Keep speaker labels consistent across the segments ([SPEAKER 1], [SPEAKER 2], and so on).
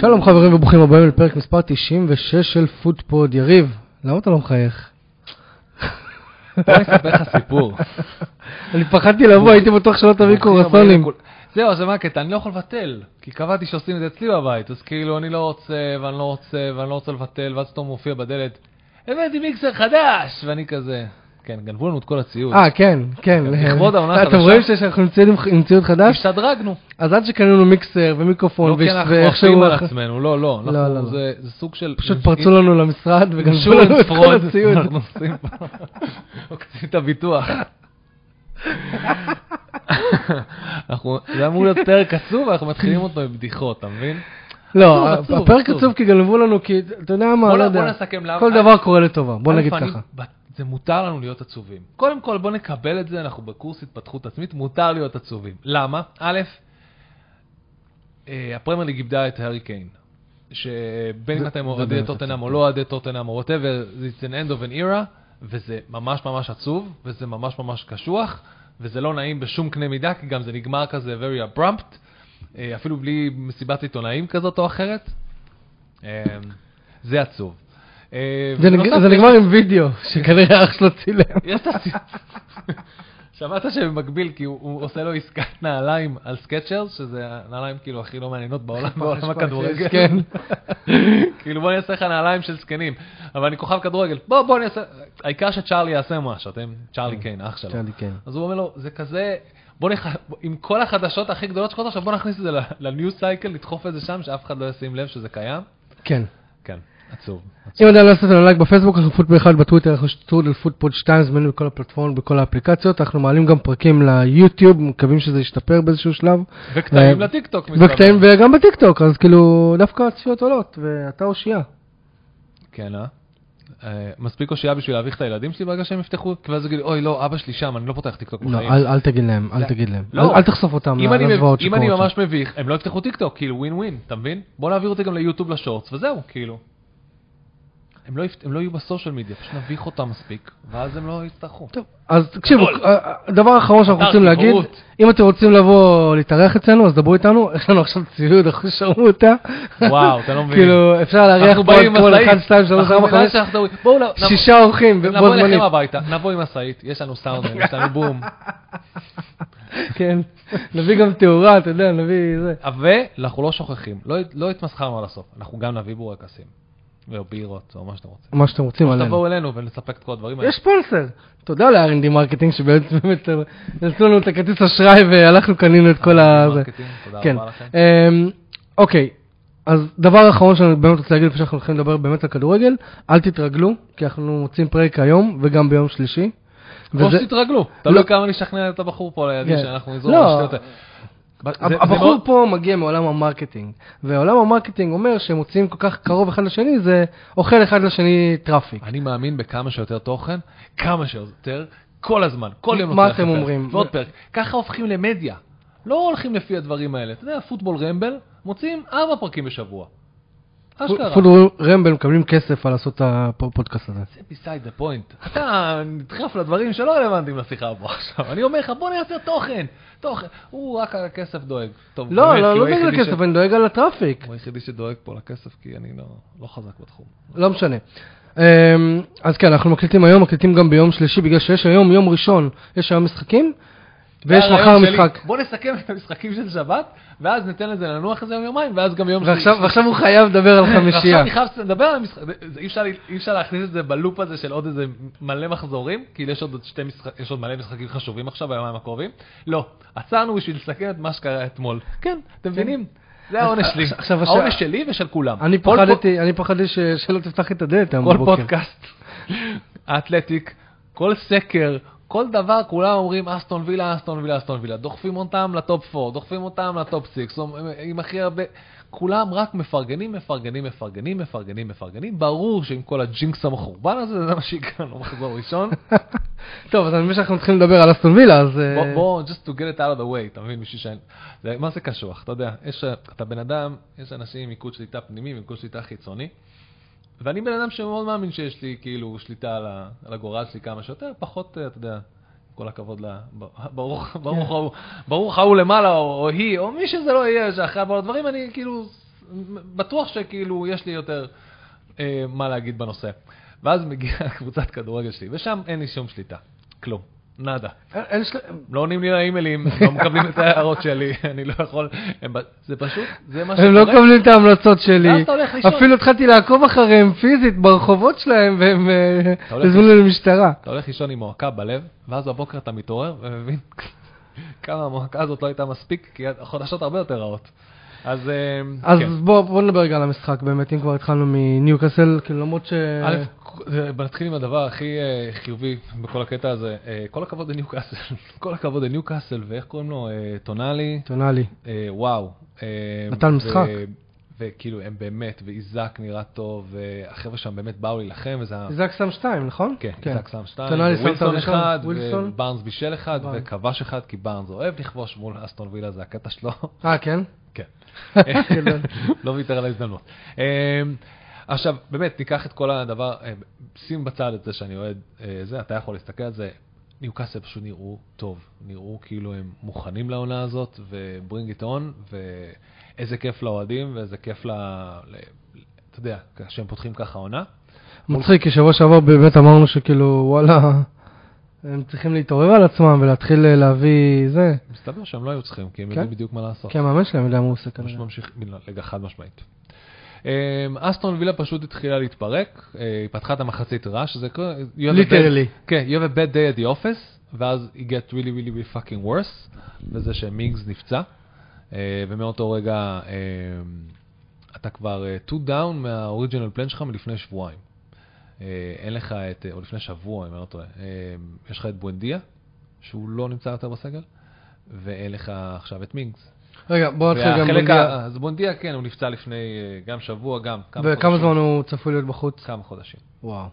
[SPEAKER 1] שלום חברים וברוכים הבאים לפרק מספר 96 של פודפוד. יריב, למה אתה לא מחייך?
[SPEAKER 2] בוא אני אספר לך סיפור.
[SPEAKER 1] אני פחדתי לבוא, הייתי בטוח שלא תביא קורסונים.
[SPEAKER 2] זהו, אז זה מה הקטע, אני לא יכול לבטל, כי קבעתי שעושים את זה אצלי בבית, אז כאילו אני לא רוצה, ואני לא רוצה, ואני לא רוצה לבטל, ואז פתאום מופיע בדלת, הבאתי מיקסר חדש! ואני כזה, כן, גנבו לנו את כל הציוד.
[SPEAKER 1] אה, כן, כן.
[SPEAKER 2] לכבוד העונה
[SPEAKER 1] אתם
[SPEAKER 2] החדשה.
[SPEAKER 1] רואים שאנחנו נמצאים עם- עם ציוד חדש?
[SPEAKER 2] השתדרגנו.
[SPEAKER 1] אז עד שקנינו מיקסר ומיקרופון,
[SPEAKER 2] לא כי
[SPEAKER 1] ואיש-
[SPEAKER 2] אנחנו
[SPEAKER 1] ואיכשהו
[SPEAKER 2] עושים על
[SPEAKER 1] אנחנו-
[SPEAKER 2] עצמנו, לא, לא.
[SPEAKER 1] לא, לא,
[SPEAKER 2] אנחנו-
[SPEAKER 1] לא.
[SPEAKER 2] זה זה סוג של...
[SPEAKER 1] פשוט פרצו לנו למשרד וגנבו לנו את כל
[SPEAKER 2] insurance fraud.
[SPEAKER 1] הציוד.
[SPEAKER 2] אנחנו עושים פה, עוקצים את הביטוח. אנחנו, זה אמור להיות פרק עצוב, אנחנו מתחילים אותו עם בדיחות, אתה מבין?
[SPEAKER 1] לא,
[SPEAKER 2] עצוב, עצוב,
[SPEAKER 1] הפרק
[SPEAKER 2] עצוב.
[SPEAKER 1] עצוב כי גנבו לנו, כי אתה יודע מה,
[SPEAKER 2] בוא
[SPEAKER 1] לא
[SPEAKER 2] נ- בוא
[SPEAKER 1] יודע.
[SPEAKER 2] נסכם למה-
[SPEAKER 1] כל דבר קורה לטובה, בוא
[SPEAKER 2] א',
[SPEAKER 1] נגיד
[SPEAKER 2] אני-
[SPEAKER 1] ככה.
[SPEAKER 2] ב- זה מותר לנו להיות עצובים. קודם כל, בוא נקבל את זה, אנחנו בקורס התפתחות עצמית, מותר להיות עצובים. למה? א', אה, הפרמייר ליג איבדה את הארי קיין. שבין אם
[SPEAKER 1] זה-
[SPEAKER 2] אתם
[SPEAKER 1] זה
[SPEAKER 2] אוהדי
[SPEAKER 1] באמת
[SPEAKER 2] טוטנאם או
[SPEAKER 1] עצוב.
[SPEAKER 2] לא אוהדי טוטנאם או whatever, it's an end of an era, וזה ממש ממש עצוב, וזה ממש ממש קשוח, וזה לא נעים בשום קנה מידה, כי גם זה נגמר כזה very abrupt, אה, אפילו בלי מסיבת עיתונאים כזאת או אחרת. אה, זה עצוב. אה,
[SPEAKER 1] זה נג-
[SPEAKER 2] ובנוסף,
[SPEAKER 1] זה
[SPEAKER 2] יש-
[SPEAKER 1] נגמר עם וידאו, שכנראה אח שלו צילם.
[SPEAKER 2] יש את הסיפור. שמעת שבמקביל, כי הוא, הוא עושה לו עסקת נעליים על סקצ'רס, שזה הנעליים כאילו הכי לא מעניינות בעולם, בעולם הכדורגל.
[SPEAKER 1] כן.
[SPEAKER 2] כאילו בוא אני אעשה לך נעליים של זקנים, אבל אני כוכב כדורגל. בוא, בוא אני אעשה... העיקר שצ'ארלי יעשה משהו, אתם, צ'ארלי קיין, אח שלו.
[SPEAKER 1] כן. צ'ארלי קיין.
[SPEAKER 2] אז הוא אומר לו, זה כזה, בוא נח... עם כל החדשות הכי גדולות שקורות עכשיו, בוא נכניס את זה לניו סייקל, לדחוף את זה שם, שאף אחד לא ישים לב שזה קיים.
[SPEAKER 1] כן.
[SPEAKER 2] כן, עצוב. עצוב.
[SPEAKER 1] אם עדיין לא עשיתם לנו לייק בפייסבוק, אנחנו פוטפוד 1 בטוויטר, אנחנו טרודל פוטפוד 2, זמינים בכל הפלטפורמות, בכל האפליקציות, אנחנו מעלים גם פרקים ליוטיוב, מקווים שזה ישתפר באיזשהו שלב.
[SPEAKER 2] וקטעים
[SPEAKER 1] אה,
[SPEAKER 2] לטיקטוק, מסתבר.
[SPEAKER 1] וקטעים, וגם בטיקטוק, אז כאילו, דווקא הצפיות עולות, ואתה אושייה.
[SPEAKER 2] כן, אה? אה, מספיק אושייה בשביל להביך את הילדים שלי ברגע שהם יפתחו? כי ואז יגידו, אוי, לא, אבא שלי שם, אני לא פותח טיקטוק
[SPEAKER 1] לא,
[SPEAKER 2] בחיים.
[SPEAKER 1] אל אל תגיד להם, אל תגיד להם.
[SPEAKER 2] לא.
[SPEAKER 1] אל אל תחשוף אותם
[SPEAKER 2] אם אני מב-
[SPEAKER 1] לזוועות
[SPEAKER 2] אם אני
[SPEAKER 1] שקורות שם.
[SPEAKER 2] ממש מביך, הם לא יפתחו טיקטוק, כאילו ווין ווין, אתה מבין? בוא נעביר אותי גם ליוטיוב לשורטס, וזהו, כאילו. הם לא, יפ... הם לא יהיו בסושיאל מדיה, פשוט נביך אותם מספיק, ואז הם לא יצטרכו.
[SPEAKER 1] טוב, אז תקשיבו,
[SPEAKER 2] גדול.
[SPEAKER 1] אה, אה, דבר אחרון שאנחנו
[SPEAKER 2] אתר
[SPEAKER 1] רוצים להגיד,
[SPEAKER 2] ציבורות.
[SPEAKER 1] אם אתם רוצים לבוא להתארח אצלנו, אז דברו איתנו, יש לנו עכשיו ציוד, אנחנו שרמוטה.
[SPEAKER 2] וואו, אתה לא מבין.
[SPEAKER 1] כאילו, אפשר לארח
[SPEAKER 2] אנחנו
[SPEAKER 1] פה
[SPEAKER 2] באים עם
[SPEAKER 1] כל
[SPEAKER 2] משאית.
[SPEAKER 1] 1, 2, 3,
[SPEAKER 2] אנחנו
[SPEAKER 1] 4,
[SPEAKER 2] נראה
[SPEAKER 1] 5,
[SPEAKER 2] שאנחנו מדברים- בואו נ- נבוא-
[SPEAKER 1] שישה אורחים, ובו
[SPEAKER 2] נבוא
[SPEAKER 1] זמנית.
[SPEAKER 2] אליכם הביתה, נבוא עם משאית, יש לנו סאונדמן, יש לנו בום.
[SPEAKER 1] כן, נביא גם תאורה, אתה יודע, נביא זה.
[SPEAKER 2] ואנחנו לא שוכחים, לא, לא התמסחרנו על הסוף, אנחנו גם נביא בורקסים, או בירות, או מה שאתם רוצים.
[SPEAKER 1] מה שאתם רוצים עלינו.
[SPEAKER 2] תבואו אלינו ונספק את כל הדברים האלה.
[SPEAKER 1] יש ספונסר. תודה ל-R&D מרקטינג שבאמת באמת נתנו לנו את הכרטיס אשראי והלכנו קנינו את כל ה... זה.
[SPEAKER 2] מרקטינג, אה, תודה
[SPEAKER 1] כן.
[SPEAKER 2] רבה לכם.
[SPEAKER 1] אמ, אוקיי, אז דבר אחרון שאני באמת רוצה להגיד לפני שאנחנו הולכים לדבר באמת על כדורגל, אל תתרגלו, כי אנחנו מוצאים פרק היום וגם ביום שלישי.
[SPEAKER 2] כמו
[SPEAKER 1] וזה-
[SPEAKER 2] שתתרגלו,
[SPEAKER 1] לא.
[SPEAKER 2] תלוי כמה נשכנע את הבחור פה לידי
[SPEAKER 1] כן.
[SPEAKER 2] שאנחנו נזרום
[SPEAKER 1] לא.
[SPEAKER 2] על שטויות. זה- זה
[SPEAKER 1] הבחור
[SPEAKER 2] מאוד-
[SPEAKER 1] פה מגיע מעולם המרקטינג, ועולם המרקטינג אומר שהם מוצאים כל כך קרוב אחד לשני, זה אוכל אחד לשני טראפיק.
[SPEAKER 2] אני מאמין בכמה שיותר תוכן, כמה שיותר, כל הזמן, כל יום
[SPEAKER 1] מה
[SPEAKER 2] נותן לך
[SPEAKER 1] אתם
[SPEAKER 2] פרק,
[SPEAKER 1] אומרים?
[SPEAKER 2] ועוד פרק. ככה הופכים למדיה. לא הולכים לפי הדברים האלה. אתה יודע, פוטבול רמבל, מוציאים ארבע פרקים בשבוע. אשכרה.
[SPEAKER 1] פודו רמבל מקבלים כסף על לעשות את הפודקאסט הזה.
[SPEAKER 2] זה beside the point. אתה נדחף לדברים שלא רלוונטיים לשיחה פה עכשיו. אני אומר לך, בוא נייצר תוכן. תוכן. הוא רק על הכסף דואג. טוב,
[SPEAKER 1] לא,
[SPEAKER 2] באמת, כי
[SPEAKER 1] לא, לא
[SPEAKER 2] הוא
[SPEAKER 1] בגלל
[SPEAKER 2] היחידי ש-
[SPEAKER 1] כסף, אני דואג על הטראפיק.
[SPEAKER 2] הוא היחידי שדואג פה לכסף, כי אני לא- לא חזק בתחום.
[SPEAKER 1] לא משנה. אמ, אז כן, אנחנו מקליטים היום, מקליטים גם ביום שלישי, בגלל שיש היום יום ראשון, יש היום משחקים, ויש
[SPEAKER 2] והרעיון
[SPEAKER 1] מחר
[SPEAKER 2] שלי,
[SPEAKER 1] משחק.
[SPEAKER 2] בוא נסכם את המשחקים של שבת, ואז ניתן לזה לנוח איזה יום יומיים, ואז גם יום
[SPEAKER 1] ועכשיו ועכשיו הוא חייב לדבר על
[SPEAKER 2] ועכשיו
[SPEAKER 1] חמישייה.
[SPEAKER 2] אני חייב לדבר על המשחק, זה- אי אפשר לי- אי אפשר להכניס את זה בלופ הזה של עוד איזה מלא מחזורים, כאילו יש עוד שתי משחק- יש עוד מלא משחקים חשובים עכשיו ביומיים הקרובים. לא, עצרנו בשביל לסכם את מה שקרה אתמול. כן, אתם מבינים? זה העונש שלי,
[SPEAKER 1] עכשיו- עכשיו- עכשיו-
[SPEAKER 2] העונש שלי ושל כולם.
[SPEAKER 1] אני
[SPEAKER 2] כל
[SPEAKER 1] פחדתי, אני פחדתי ש- שלא תפתח את הדלת היום
[SPEAKER 2] כל
[SPEAKER 1] בבוקר.
[SPEAKER 2] פודקאסט, האתלטיק, כל סקר, כל דבר, כולם אומרים אסטון וילה, אסטון וילה, אסטון וילה. דוחפים אותם לטופ 4, דוחפים אותם לטופ 6, עם הכי הרבה... כולם רק מפרגנים, מפרגנים, מפרגנים, מפרגנים, מפרגנים. ברור שעם כל הג'ינקס המחורבן הזה, זה מה שיקרה לנו מחזור ראשון.
[SPEAKER 1] טוב, אז אני מבין שאנחנו צריכים לדבר על אסטון וילה, אז... אה,
[SPEAKER 2] בוא, בוא, just to get it out of the way, אתה מבין? בשביל ש... זה, מה זה קשוח? אתה יודע, יש, אתה בן אדם, יש אנשים עם מיקוד שליטה פנימי ומיקוד שליטה חיצוני, ואני בן אדם שמאוד מאמין שיש לי כאילו שליטה על, ה, על הגורל שלי כמה שיותר, פחות, אה, אתה יודע, כל הכבוד ל... ב- ברוך ברוך ההוא- ברוך ההוא למעלה, או, או היא, או מי שזה לא יהיה, שאחרי הבאות דברים, אני כאילו בטוח שכאילו יש לי יותר אה, מה להגיד בנושא. ואז מגיעה קבוצת כדורגל שלי, ושם אין לי שום שליטה. כלום. נאדה.
[SPEAKER 1] אין- אין של-
[SPEAKER 2] לא עונים לי לאימיילים, לא מקבלים את ההערות שלי, אני לא יכול... הם ב- זה פשוט, זה מה שקורה.
[SPEAKER 1] הם לא מקבלים את ההמלצות
[SPEAKER 2] ואז
[SPEAKER 1] שלי.
[SPEAKER 2] אתה הולך לישון.
[SPEAKER 1] אפילו התחלתי לעקוב אחריהם פיזית ברחובות שלהם, והם אה,
[SPEAKER 2] אתה הולך
[SPEAKER 1] הזמינו למשטרה.
[SPEAKER 2] אתה הולך לישון עם מועקה בלב, ואז בבוקר אתה מתעורר ומבין כמה המועקה הזאת לא הייתה מספיק, כי החדשות הרבה יותר רעות. אז, אה,
[SPEAKER 1] אז
[SPEAKER 2] כן.
[SPEAKER 1] בואו בוא נדבר רגע על המשחק באמת, אם כבר התחלנו מניוקאסל, כאילו למרות ש...
[SPEAKER 2] א', אה, נתחיל עם הדבר הכי אה, חיובי בכל הקטע הזה. אה, כל הכבוד לניוקאסל, כל הכבוד לניוקאסל, ואיך קוראים לו? אה, טונאלי.
[SPEAKER 1] טונאלי.
[SPEAKER 2] אה, וואו. אה,
[SPEAKER 1] נתן משחק.
[SPEAKER 2] ו- וכאילו, הם באמת, ואיזק נראה טוב, והחבר'ה שם באמת באו להילחם, וזה... היה-
[SPEAKER 1] איזק שם שתיים, נכון?
[SPEAKER 2] אה. כן, איזק שם שתיים,
[SPEAKER 1] טונאלי שם את
[SPEAKER 2] ווילסון
[SPEAKER 1] הראשון,
[SPEAKER 2] אחד,
[SPEAKER 1] ווילסון.
[SPEAKER 2] ובארנס בישל אחד,
[SPEAKER 1] בארנס.
[SPEAKER 2] וכבש אחד, כי בארנס אוהב לכבוש מול אסטון וילה, זה הקטע שלו.
[SPEAKER 1] אה, כן?
[SPEAKER 2] כן.
[SPEAKER 1] גדול.
[SPEAKER 2] לא ויתר על ההזדמנות. אמ, עכשיו, באמת, ניקח את כל הדבר, אמ, שים בצד את זה שאני אוהד אה, זה, אתה יכול להסתכל על זה. ניוקאסל פשוט נראו טוב, נראו כאילו הם מוכנים לעונה הזאת, ו-bring it on, ואיזה כיף לאוהדים, ואיזה כיף ל... ל- אתה יודע, כשהם פותחים ככה עונה.
[SPEAKER 1] מצחיק, כי שבוע שעבר באמת אמרנו שכאילו, וואלה, הם צריכים להתעורר על עצמם ולהתחיל אה, להביא זה.
[SPEAKER 2] מסתבר שהם לא היו צריכים, כי הם
[SPEAKER 1] כן?
[SPEAKER 2] יודעים בדיוק מה לעשות.
[SPEAKER 1] כי המאמן שלהם יודע מה הוא עושה
[SPEAKER 2] כמו
[SPEAKER 1] כנראה.
[SPEAKER 2] שממשיך, לא, רגע, חד משמעית. אמ, אסטון וילה פשוט התחילה להתפרק, אה, היא פתחה את המחצית רע, שזה כאילו... you have a bad-
[SPEAKER 1] Literally.
[SPEAKER 2] כן, you have a bad day at the office, ואז it get really really really fucking worse, וזה שמיגס נפצע, אה, ומאותו רגע אמ, אתה כבר אה, two down מהאוריג'ינל פלן שלך מלפני שבועיים. אה, אין לך את, אה, או לפני שבוע, אם אני לא טועה, אה, יש לך את בואנדיה, שהוא לא נמצא יותר בסגל, ואין לך עכשיו את מינגס.
[SPEAKER 1] רגע, בואו נתחיל לא, גם...
[SPEAKER 2] והחלק
[SPEAKER 1] בונדיה.
[SPEAKER 2] ה... אז בונדיה, כן, הוא נפצע לפני אה, גם שבוע, גם כמה
[SPEAKER 1] וכמה
[SPEAKER 2] חודשים.
[SPEAKER 1] זמן הוא צפוי להיות בחוץ?
[SPEAKER 2] כמה חודשים.
[SPEAKER 1] וואו.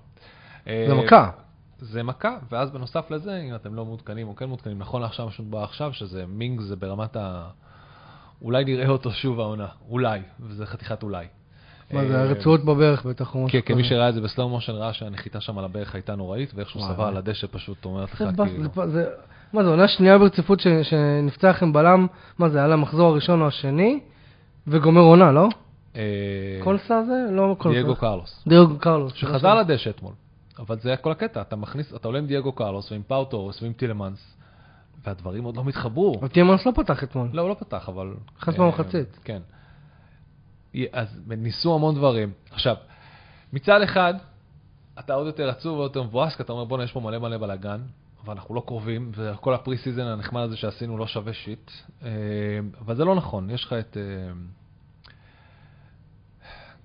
[SPEAKER 2] אה,
[SPEAKER 1] זה מכה.
[SPEAKER 2] זה מכה, ואז בנוסף לזה, אם אתם לא מעודכנים או כן מעודכנים, נכון לעכשיו, מה שמדובר עכשיו, שזה מינג זה ברמת ה... אולי נראה אותו שוב העונה, אולי, וזה חתיכת אולי.
[SPEAKER 1] מה זה,
[SPEAKER 2] אה,
[SPEAKER 1] הרצועות בברך בטח. או משהו
[SPEAKER 2] כן, כן, מי
[SPEAKER 1] כזה.
[SPEAKER 2] שראה את זה בסלואו מושן ראה שהנחיתה שם על הברך הייתה נוראית, ואיך שהוא
[SPEAKER 1] וואי,
[SPEAKER 2] סבא
[SPEAKER 1] וואי.
[SPEAKER 2] על הדשא פשוט אומרת לך,
[SPEAKER 1] זה בס-
[SPEAKER 2] כאילו...
[SPEAKER 1] זה פ- זה- מה זה, עונה שנייה ברציפות ש- שנפצח עם בלם, מה זה, היה למחזור הראשון או השני, וגומר עונה, לא?
[SPEAKER 2] אה,
[SPEAKER 1] קולסה זה? לא קולסה.
[SPEAKER 2] דייגו קרלוס.
[SPEAKER 1] דייגו קרלוס. נכון.
[SPEAKER 2] שחזר לדשא אתמול. אבל זה היה כל הקטע, אתה מכניס, אתה עולה עם דייגו קרלוס ועם פאו טורס ועם טילמנס, והדברים עוד לא מתחברו.
[SPEAKER 1] אבל טיימאנס לא פתח אתמול.
[SPEAKER 2] לא, הוא לא פתח, אבל...
[SPEAKER 1] נכנס
[SPEAKER 2] אה,
[SPEAKER 1] במחצית.
[SPEAKER 2] כן. י- אז ניסו המון דברים. עכשיו, מצד אחד, אתה עוד יותר עצוב ועוד יותר מבואס, כי אתה אומר, בואנה, יש פה מלא מלא בלאגן, אבל אנחנו לא קרובים, וכל הפרי סיזן הנחמד הזה שעשינו לא שווה שיט. אה, אבל זה לא נכון, יש לך את... אה,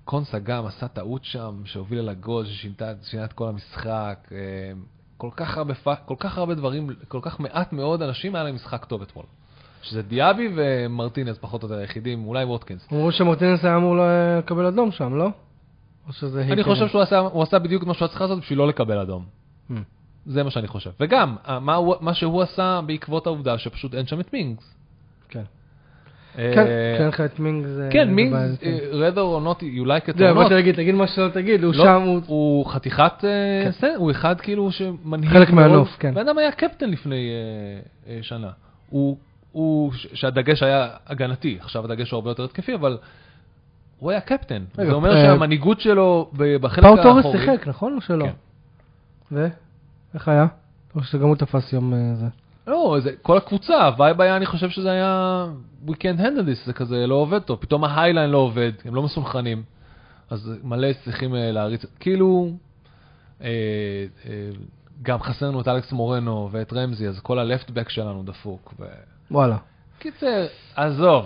[SPEAKER 2] קונסה גם עשה טעות שם, שהובילה לגול, ששינתה שינה את כל המשחק. אה, כל כך, הרבה, פ- כל כך הרבה דברים, כל כך מעט מאוד אנשים היה להם משחק טוב אתמול. שזה דיאבי ומרטינז פחות או יותר היחידים, אולי ווטקינס.
[SPEAKER 1] אמרו שמרטינס היה אמור לקבל אדום שם, לא? או שזה...
[SPEAKER 2] אני
[SPEAKER 1] הייקרן?
[SPEAKER 2] חושב שהוא עשה, הוא עשה בדיוק את מה שהוא היה צריך לעשות בשביל לא לקבל אדום.
[SPEAKER 1] Hmm.
[SPEAKER 2] זה מה שאני חושב. וגם, אה, מה, הוא- מה שהוא עשה בעקבות העובדה שפשוט אין שם את מינגס.
[SPEAKER 1] כן.
[SPEAKER 2] אה,
[SPEAKER 1] כן, כי אין לך את מינגס. אה,
[SPEAKER 2] כן, מינגס,
[SPEAKER 1] בבעיה, כן.
[SPEAKER 2] אה, rather or not you like it
[SPEAKER 1] זה,
[SPEAKER 2] or
[SPEAKER 1] באתי
[SPEAKER 2] not,
[SPEAKER 1] להגיד, תגיד מה שלא תגיד, הוא
[SPEAKER 2] לא,
[SPEAKER 1] שם, הוא...
[SPEAKER 2] הוא חתיכת, אה,
[SPEAKER 1] כן.
[SPEAKER 2] זה, הוא אחד כאילו שמנהיג.
[SPEAKER 1] חלק
[SPEAKER 2] מאוד.
[SPEAKER 1] מהנוף, כן.
[SPEAKER 2] בן אדם היה קפטן לפני אה, אה, שנה. הוא, הוא, ש- שהדגש היה הגנתי, עכשיו הדגש הוא הרבה יותר התקפי, אבל הוא היה קפטן.
[SPEAKER 1] רגע,
[SPEAKER 2] זה אומר
[SPEAKER 1] אה,
[SPEAKER 2] שהמנהיגות שלו ב- בחלק
[SPEAKER 1] פאו
[SPEAKER 2] האחורי...
[SPEAKER 1] תורס שיחק, נכון או שלא?
[SPEAKER 2] כן.
[SPEAKER 1] ו? איך היה? או שגם הוא תפס יום אה, זה.
[SPEAKER 2] לא, זה, כל הקבוצה, הווייב היה, אני חושב שזה היה, we can't handle this, זה כזה לא עובד טוב, פתאום ההיילайн לא עובד, הם לא מסונכרנים, אז מלא צריכים אה, להריץ, כאילו, אה, אה, גם חסר לנו את אלכס מורנו ואת רמזי, אז כל הלפט בק שלנו דפוק. ו...
[SPEAKER 1] וואלה.
[SPEAKER 2] קיצר, עזוב.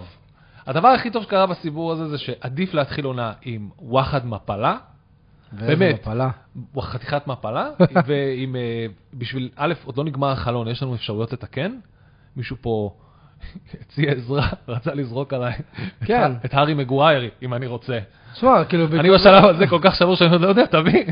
[SPEAKER 2] הדבר הכי טוב שקרה בסיפור הזה זה שעדיף להתחיל עונה עם וואחד מפלה, באמת.
[SPEAKER 1] ואיזה מפלה.
[SPEAKER 2] חתיכת מפלה, ועם, אה, בשביל, א', עוד לא נגמר החלון, יש לנו אפשרויות לתקן. מישהו פה הציע עזרה, רצה לזרוק עליי את
[SPEAKER 1] כן.
[SPEAKER 2] ה- את הארי מגווייר, אם אני רוצה.
[SPEAKER 1] שמע, כאילו...
[SPEAKER 2] אני בשלב הזה כל כך שבור שאני עוד לא יודע, תביא.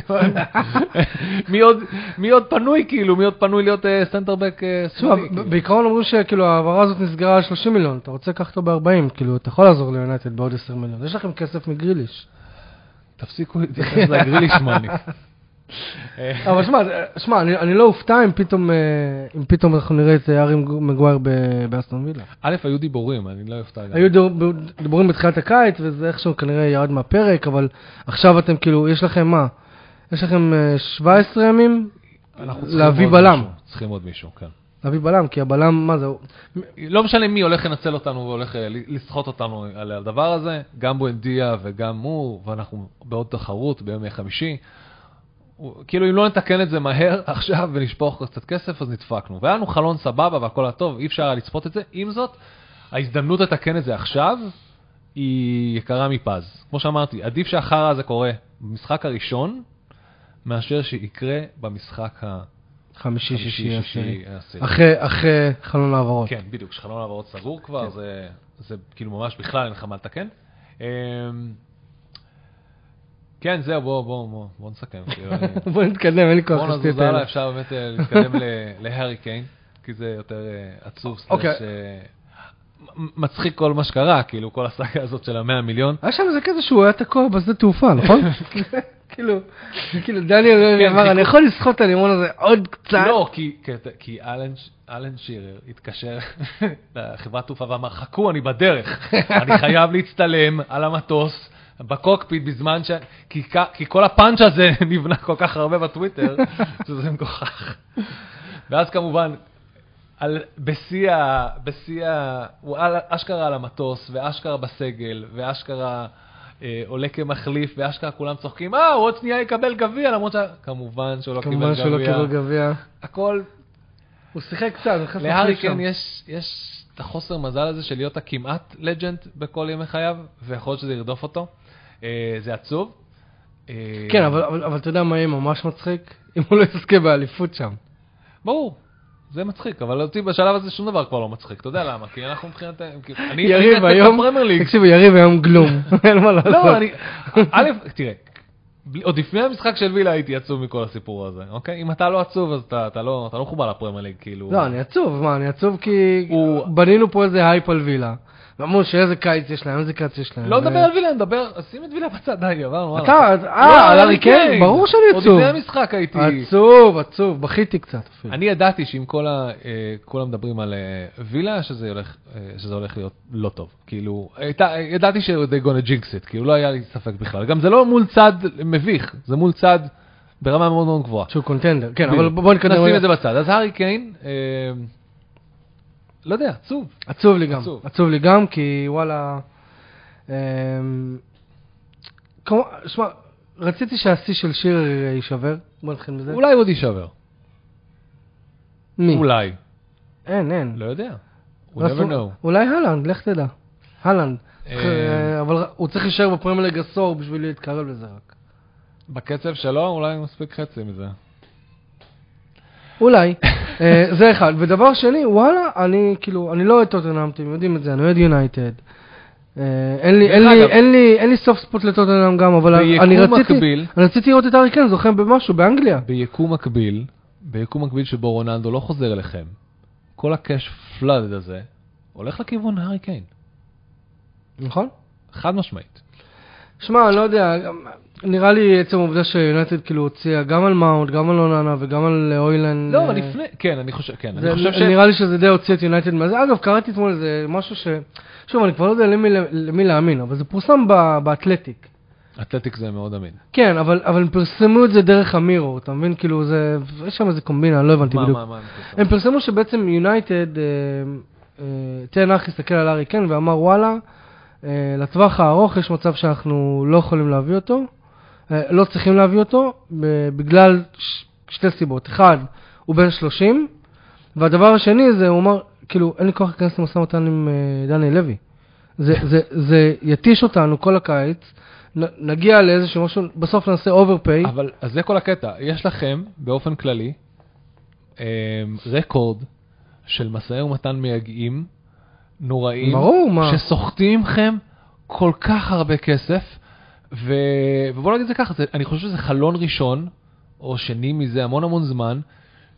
[SPEAKER 2] מי עוד- מי עוד פנוי, כאילו, מי עוד פנוי להיות אה, סנטרבק אה,
[SPEAKER 1] תשמע,
[SPEAKER 2] שמאלי? כאילו?
[SPEAKER 1] ב- בעיקרון אומרים שכאילו ההעברה הזאת נסגרה על 30 מיליון, אתה רוצה לקחת אותו ב-40, כאילו אתה יכול לעזור ליונייטד בעוד 20 מיליון, יש לכם כסף מגריליש.
[SPEAKER 2] תפסיקו להתייחס לגרילישמני.
[SPEAKER 1] אבל שמע, שמע, אני, אני לא אופתע אם פתאום, אה, אם פתאום אנחנו נראה את הארי מגווייר ב- באסטון וילה.
[SPEAKER 2] א', היו דיבורים, אני לא אופתע גם.
[SPEAKER 1] היו דיבור- דיבורים בתחילת הקיץ, וזה איכשהו כנראה ירד מהפרק, אבל עכשיו אתם כאילו, יש לכם מה? יש לכם אה, 17 ימים
[SPEAKER 2] אנחנו צריכים
[SPEAKER 1] להביא
[SPEAKER 2] עוד
[SPEAKER 1] בלם.
[SPEAKER 2] מישהו, צריכים עוד מישהו, כן.
[SPEAKER 1] להביא בלם, כי הבלם, מה זה? הוא-
[SPEAKER 2] לא משנה מי הולך לנצל אותנו והולך אה, ל- לסחוט אותנו על הדבר הזה, גם בואנדיה וגם מור, ואנחנו בעוד תחרות בימי חמישי. הוא- כאילו אם לא נתקן את זה מהר עכשיו ונשפוך קצת כסף, אז נדפקנו. והיה לנו חלון סבבה והכל היה טוב, אי אפשר היה לצפות את זה. עם זאת, ההזדמנות לתקן את זה עכשיו היא יקרה מפז. כמו שאמרתי, עדיף שהחרא הזה קורה במשחק הראשון, מאשר שיקרה במשחק
[SPEAKER 1] חמישי, שישי, עשירי.
[SPEAKER 2] העשירי.
[SPEAKER 1] אחרי, אחרי חלון העברות.
[SPEAKER 2] כן, בדיוק, כשחלון העברות סגור כבר,
[SPEAKER 1] כן.
[SPEAKER 2] זה, זה כאילו ממש בכלל אין לך מה לתקן. אמ, כן, זהו, בואו בוא, בוא, בוא נסכם. כאילו, אני-
[SPEAKER 1] בוא נתקדם, אין לי כוח
[SPEAKER 2] בואו
[SPEAKER 1] להסתיר
[SPEAKER 2] נזוז
[SPEAKER 1] את
[SPEAKER 2] הלאה,
[SPEAKER 1] האלה.
[SPEAKER 2] אפשר באמת אה, להתקדם ל- להארי קיין, כי זה יותר אה, עצוב, סלש,
[SPEAKER 1] אוקיי.
[SPEAKER 2] אה, מ- מצחיק כל מה שקרה, כאילו, כל הסאגה הזאת של המאה מיליון.
[SPEAKER 1] היה שם איזה קטע שהוא היה תקוע בשדה תעופה, נכון? כאילו, כאילו דניאל לוי
[SPEAKER 2] כן,
[SPEAKER 1] אמר,
[SPEAKER 2] חיכו-
[SPEAKER 1] אני יכול לסחוט את הלימון הזה עוד קצת.
[SPEAKER 2] לא, כי, כי- כי אלן, ש- אלן שירר התקשר לחברת תעופה ואמר, חכו, אני בדרך, אני חייב להצטלם על המטוס. בקוקפיט בזמן ש... כי, כ- כי כל הפאנץ' הזה נבנה כל כך הרבה בטוויטר, שזה מגוחך. ואז כמובן, על, בשיא ה... בשיא ה... הוא על, אשכרה על המטוס, ואשכרה בסגל, ואשכרה אה, עולה כמחליף, ואשכרה כולם צוחקים, אה, הוא עוד שנייה יקבל גביע, למרות ש... כמובן שהוא לא קיבל גביע.
[SPEAKER 1] כמובן שהוא לא קיבל גביע.
[SPEAKER 2] הכל,
[SPEAKER 1] הוא שיחק קצת, הוא נכנס
[SPEAKER 2] להארי
[SPEAKER 1] לחליף
[SPEAKER 2] כן
[SPEAKER 1] שם.
[SPEAKER 2] יש, יש את החוסר מזל הזה של להיות הכמעט לג'נד בכל ימי חייו, ויכול להיות שזה ירדוף אותו. אה, זה עצוב. אה,
[SPEAKER 1] כן, אבל- אבל אבל אתה יודע מה יהיה ממש מצחיק? אם הוא לא יזכה באליפות שם.
[SPEAKER 2] ברור, זה מצחיק, אבל אותי בשלב הזה שום דבר כבר לא מצחיק, אתה יודע למה? כי אנחנו מבחינת... כי- אני
[SPEAKER 1] יריב
[SPEAKER 2] מבחינת
[SPEAKER 1] היום,
[SPEAKER 2] הפרמייר ליג.
[SPEAKER 1] תקשיבו, יריב היום גלום. אין מה לעשות.
[SPEAKER 2] לא, אני... א', תראה, בלי- עוד לפני המשחק של וילה הייתי עצוב מכל הסיפור הזה, אוקיי? אם אתה לא עצוב, אז אתה אתה לא אתה לא מחובר לפרמייר ליג, כאילו...
[SPEAKER 1] לא, אני עצוב, מה, אני עצוב כי
[SPEAKER 2] הוא-
[SPEAKER 1] בנינו פה איזה הייפ על וילה. ואמרו שאיזה קיץ יש להם, איזה קיץ יש להם.
[SPEAKER 2] לא
[SPEAKER 1] ו-
[SPEAKER 2] נדבר על וילה, נדבר, אז שים את וילה בצד, די, עברנו,
[SPEAKER 1] אתה,
[SPEAKER 2] וואלה.
[SPEAKER 1] אז- אה, על
[SPEAKER 2] לא,
[SPEAKER 1] הארי קיין, ברור שאני עצוב.
[SPEAKER 2] עוד לפני המשחק הייתי...
[SPEAKER 1] עצוב, עצוב, בכיתי קצת אפילו.
[SPEAKER 2] אני ידעתי שאם כל ה... אה, כולם מדברים על אה, וילה, שזה הולך, אה, שזה הולך להיות לא טוב. כאילו, הייתה- ידעתי ש-they gonna jinx it, כאילו לא היה לי ספק בכלל. גם זה לא מול צד מביך, זה מול צד ברמה מאוד מאוד גבוהה.
[SPEAKER 1] שהוא קונטנדר, כן, אבל
[SPEAKER 2] בדיוק.
[SPEAKER 1] בוא נתקדם.
[SPEAKER 2] נשים את זה בצד. אז הארי קיין, אה, לא יודע, עצוב.
[SPEAKER 1] עצוב לי גם,
[SPEAKER 2] עצוב.
[SPEAKER 1] עצוב לי גם, כי וואלה... אמ, כמו, שמע, רציתי שהשיא של שירר יישבר, בוא נתחיל מזה.
[SPEAKER 2] אולי הוא עוד יישבר.
[SPEAKER 1] מי?
[SPEAKER 2] אולי.
[SPEAKER 1] אין, אין.
[SPEAKER 2] לא יודע. We
[SPEAKER 1] לא
[SPEAKER 2] never
[SPEAKER 1] עשו-
[SPEAKER 2] know.
[SPEAKER 1] אולי הלנד, לך תדע. הלנד.
[SPEAKER 2] אה,
[SPEAKER 1] אה, אבל הוא צריך להישאר בפרמייליג עשור בשביל להתקרב לזה רק.
[SPEAKER 2] בקצב שלו אולי מספיק חצי מזה.
[SPEAKER 1] אולי. אה, זה אחד. ודבר שני, וואלה, אני כאילו, אני לא אוהד טוטנאם, אתם יודעים את זה, אני אוהד יונייטד. אה, אין לי- אין
[SPEAKER 2] דרך
[SPEAKER 1] לי-
[SPEAKER 2] אגב-
[SPEAKER 1] אין לי- אין לי סוף ספוט לטוטנאם גם, אבל
[SPEAKER 2] ביקום
[SPEAKER 1] אני רציתי
[SPEAKER 2] מקביל.
[SPEAKER 1] אני רציתי לראות את הארי קיין זוכה במשהו באנגליה.
[SPEAKER 2] ביקום מקביל, ביקום מקביל שבו רונלדו לא חוזר אליכם, כל הקאש פלאדד הזה הולך לכיוון הארי קיין,
[SPEAKER 1] נכון?
[SPEAKER 2] חד משמעית.
[SPEAKER 1] שמע, אני לא יודע, גם- נראה לי עצם העובדה שיונייטד כאילו הוציאה גם על מאונט, גם על אוננה וגם על אוילן.
[SPEAKER 2] לא,
[SPEAKER 1] אה,
[SPEAKER 2] לפני, כן, אני חושב, כן,
[SPEAKER 1] זה-
[SPEAKER 2] אני חושב ש...
[SPEAKER 1] נראה לי שזה די הוציא את יונייטד מזה. אגב, קראתי אתמול איזה משהו ש... שוב, אני כבר לא יודע למי, למי להאמין, אבל זה פורסם ב- באתלטיק.
[SPEAKER 2] אתלטיק זה מאוד אמין.
[SPEAKER 1] כן, אבל, אבל הם פרסמו את זה דרך המירור, אתה מבין? כאילו, זה... יש שם איזה קומבינה, אני לא הבנתי
[SPEAKER 2] מה,
[SPEAKER 1] בדיוק.
[SPEAKER 2] מה, מה,
[SPEAKER 1] הם פרסמו שבעצם יונייטד, אה, אה, תנח הסתכל על הארי קן ואמר וואלה, אה, לטווח הארוך יש מצב שאנחנו לא יכולים להביא אותו, אה, לא צריכים להביא אותו, ב- בגלל ש- שתי סיבות. אחד, הוא בן 30, והדבר השני זה, הוא אמר, כאילו, אין לי כוח להיכנס למשא ומתן עם אה, דני לוי. זה, זה, זה יתיש אותנו כל הקיץ, נ- נגיע לאיזשהו משהו, בסוף נעשה אוברפיי.
[SPEAKER 2] אבל, אז זה כל הקטע, יש לכם באופן כללי אמ, רקורד של משאי ומתן מייגעים נוראים,
[SPEAKER 1] ברור, מה.
[SPEAKER 2] שסוחטים מכם כל כך הרבה כסף, ו... ובוא נגיד את זה ככה, זה, אני חושב שזה חלון ראשון, או שני מזה המון המון זמן,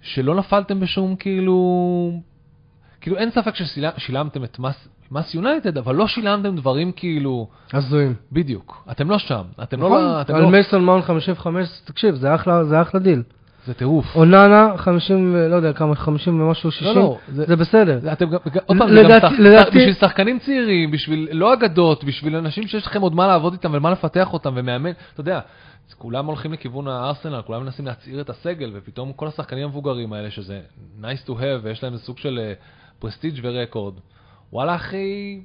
[SPEAKER 2] שלא נפלתם בשום כאילו, כאילו אין ספק ששילמתם את מס מס יונייטד, אבל לא שילמתם דברים כאילו,
[SPEAKER 1] הזויים.
[SPEAKER 2] בדיוק. אתם לא שם. אתם
[SPEAKER 1] נכון?
[SPEAKER 2] לא... אתם
[SPEAKER 1] על
[SPEAKER 2] לא...
[SPEAKER 1] מייסון מאון 55, תקשיב, זה אחלה, זה אחלה דיל.
[SPEAKER 2] זה טירוף.
[SPEAKER 1] אוננה, 50, ו- לא יודע כמה, 50 ומשהו, 60,
[SPEAKER 2] לא,
[SPEAKER 1] זה, בסדר.
[SPEAKER 2] אתם גם, עוד פעם, זה גם
[SPEAKER 1] לדעתי-
[SPEAKER 2] שח-
[SPEAKER 1] לדעתי-
[SPEAKER 2] שח- בשביל שחקנים צעירים, בשביל לא אגדות, בשביל אנשים שיש לכם עוד מה לעבוד איתם ומה לפתח אותם ומאמן, אתה יודע, אז כולם הולכים לכיוון הארסנל, כולם מנסים להצעיר את הסגל, ופתאום כל השחקנים המבוגרים האלה, שזה nice to have, ויש להם איזה סוג של אה, פרסטיג' ורקורד, וואלה אחי,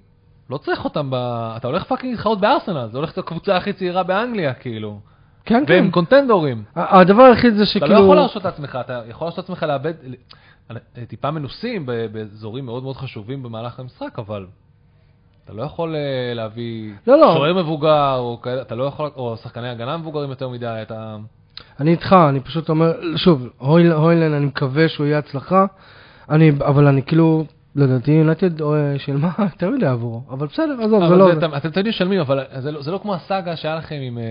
[SPEAKER 2] לא צריך אותם, ב... אתה הולך פאקינג להתחרות בארסנל, זה הולך לקבוצה הכי צעירה באנגליה, כאילו,
[SPEAKER 1] כן, כן.
[SPEAKER 2] והם קונטנדורים.
[SPEAKER 1] ה- הדבר היחיד זה
[SPEAKER 2] אתה
[SPEAKER 1] שכאילו...
[SPEAKER 2] לא יכול להרשות לעצמך, אתה יכול להרשות לעצמך לאבד אה, טיפה מנוסים ב- באזורים מאוד מאוד חשובים במהלך המשחק, אבל אתה לא יכול אה, להביא
[SPEAKER 1] לא, לא.
[SPEAKER 2] שוער מבוגר, או כאלה, אתה לא יכול, או שחקני הגנה מבוגרים יותר מדי, אתה...
[SPEAKER 1] אני איתך, אני פשוט אומר, שוב, הויל- הוילן, אני מקווה שהוא יהיה הצלחה, אני, אבל אני כאילו, לדעתי יונתד שילמה אה, יותר מדי עבורו, אבל בסדר, עזוב, זה
[SPEAKER 2] אבל
[SPEAKER 1] לא...
[SPEAKER 2] זה- אתם- אתם תמיד משלמים, אבל זה לא- זה לא כמו הסאגה שהיה לכם עם... אה,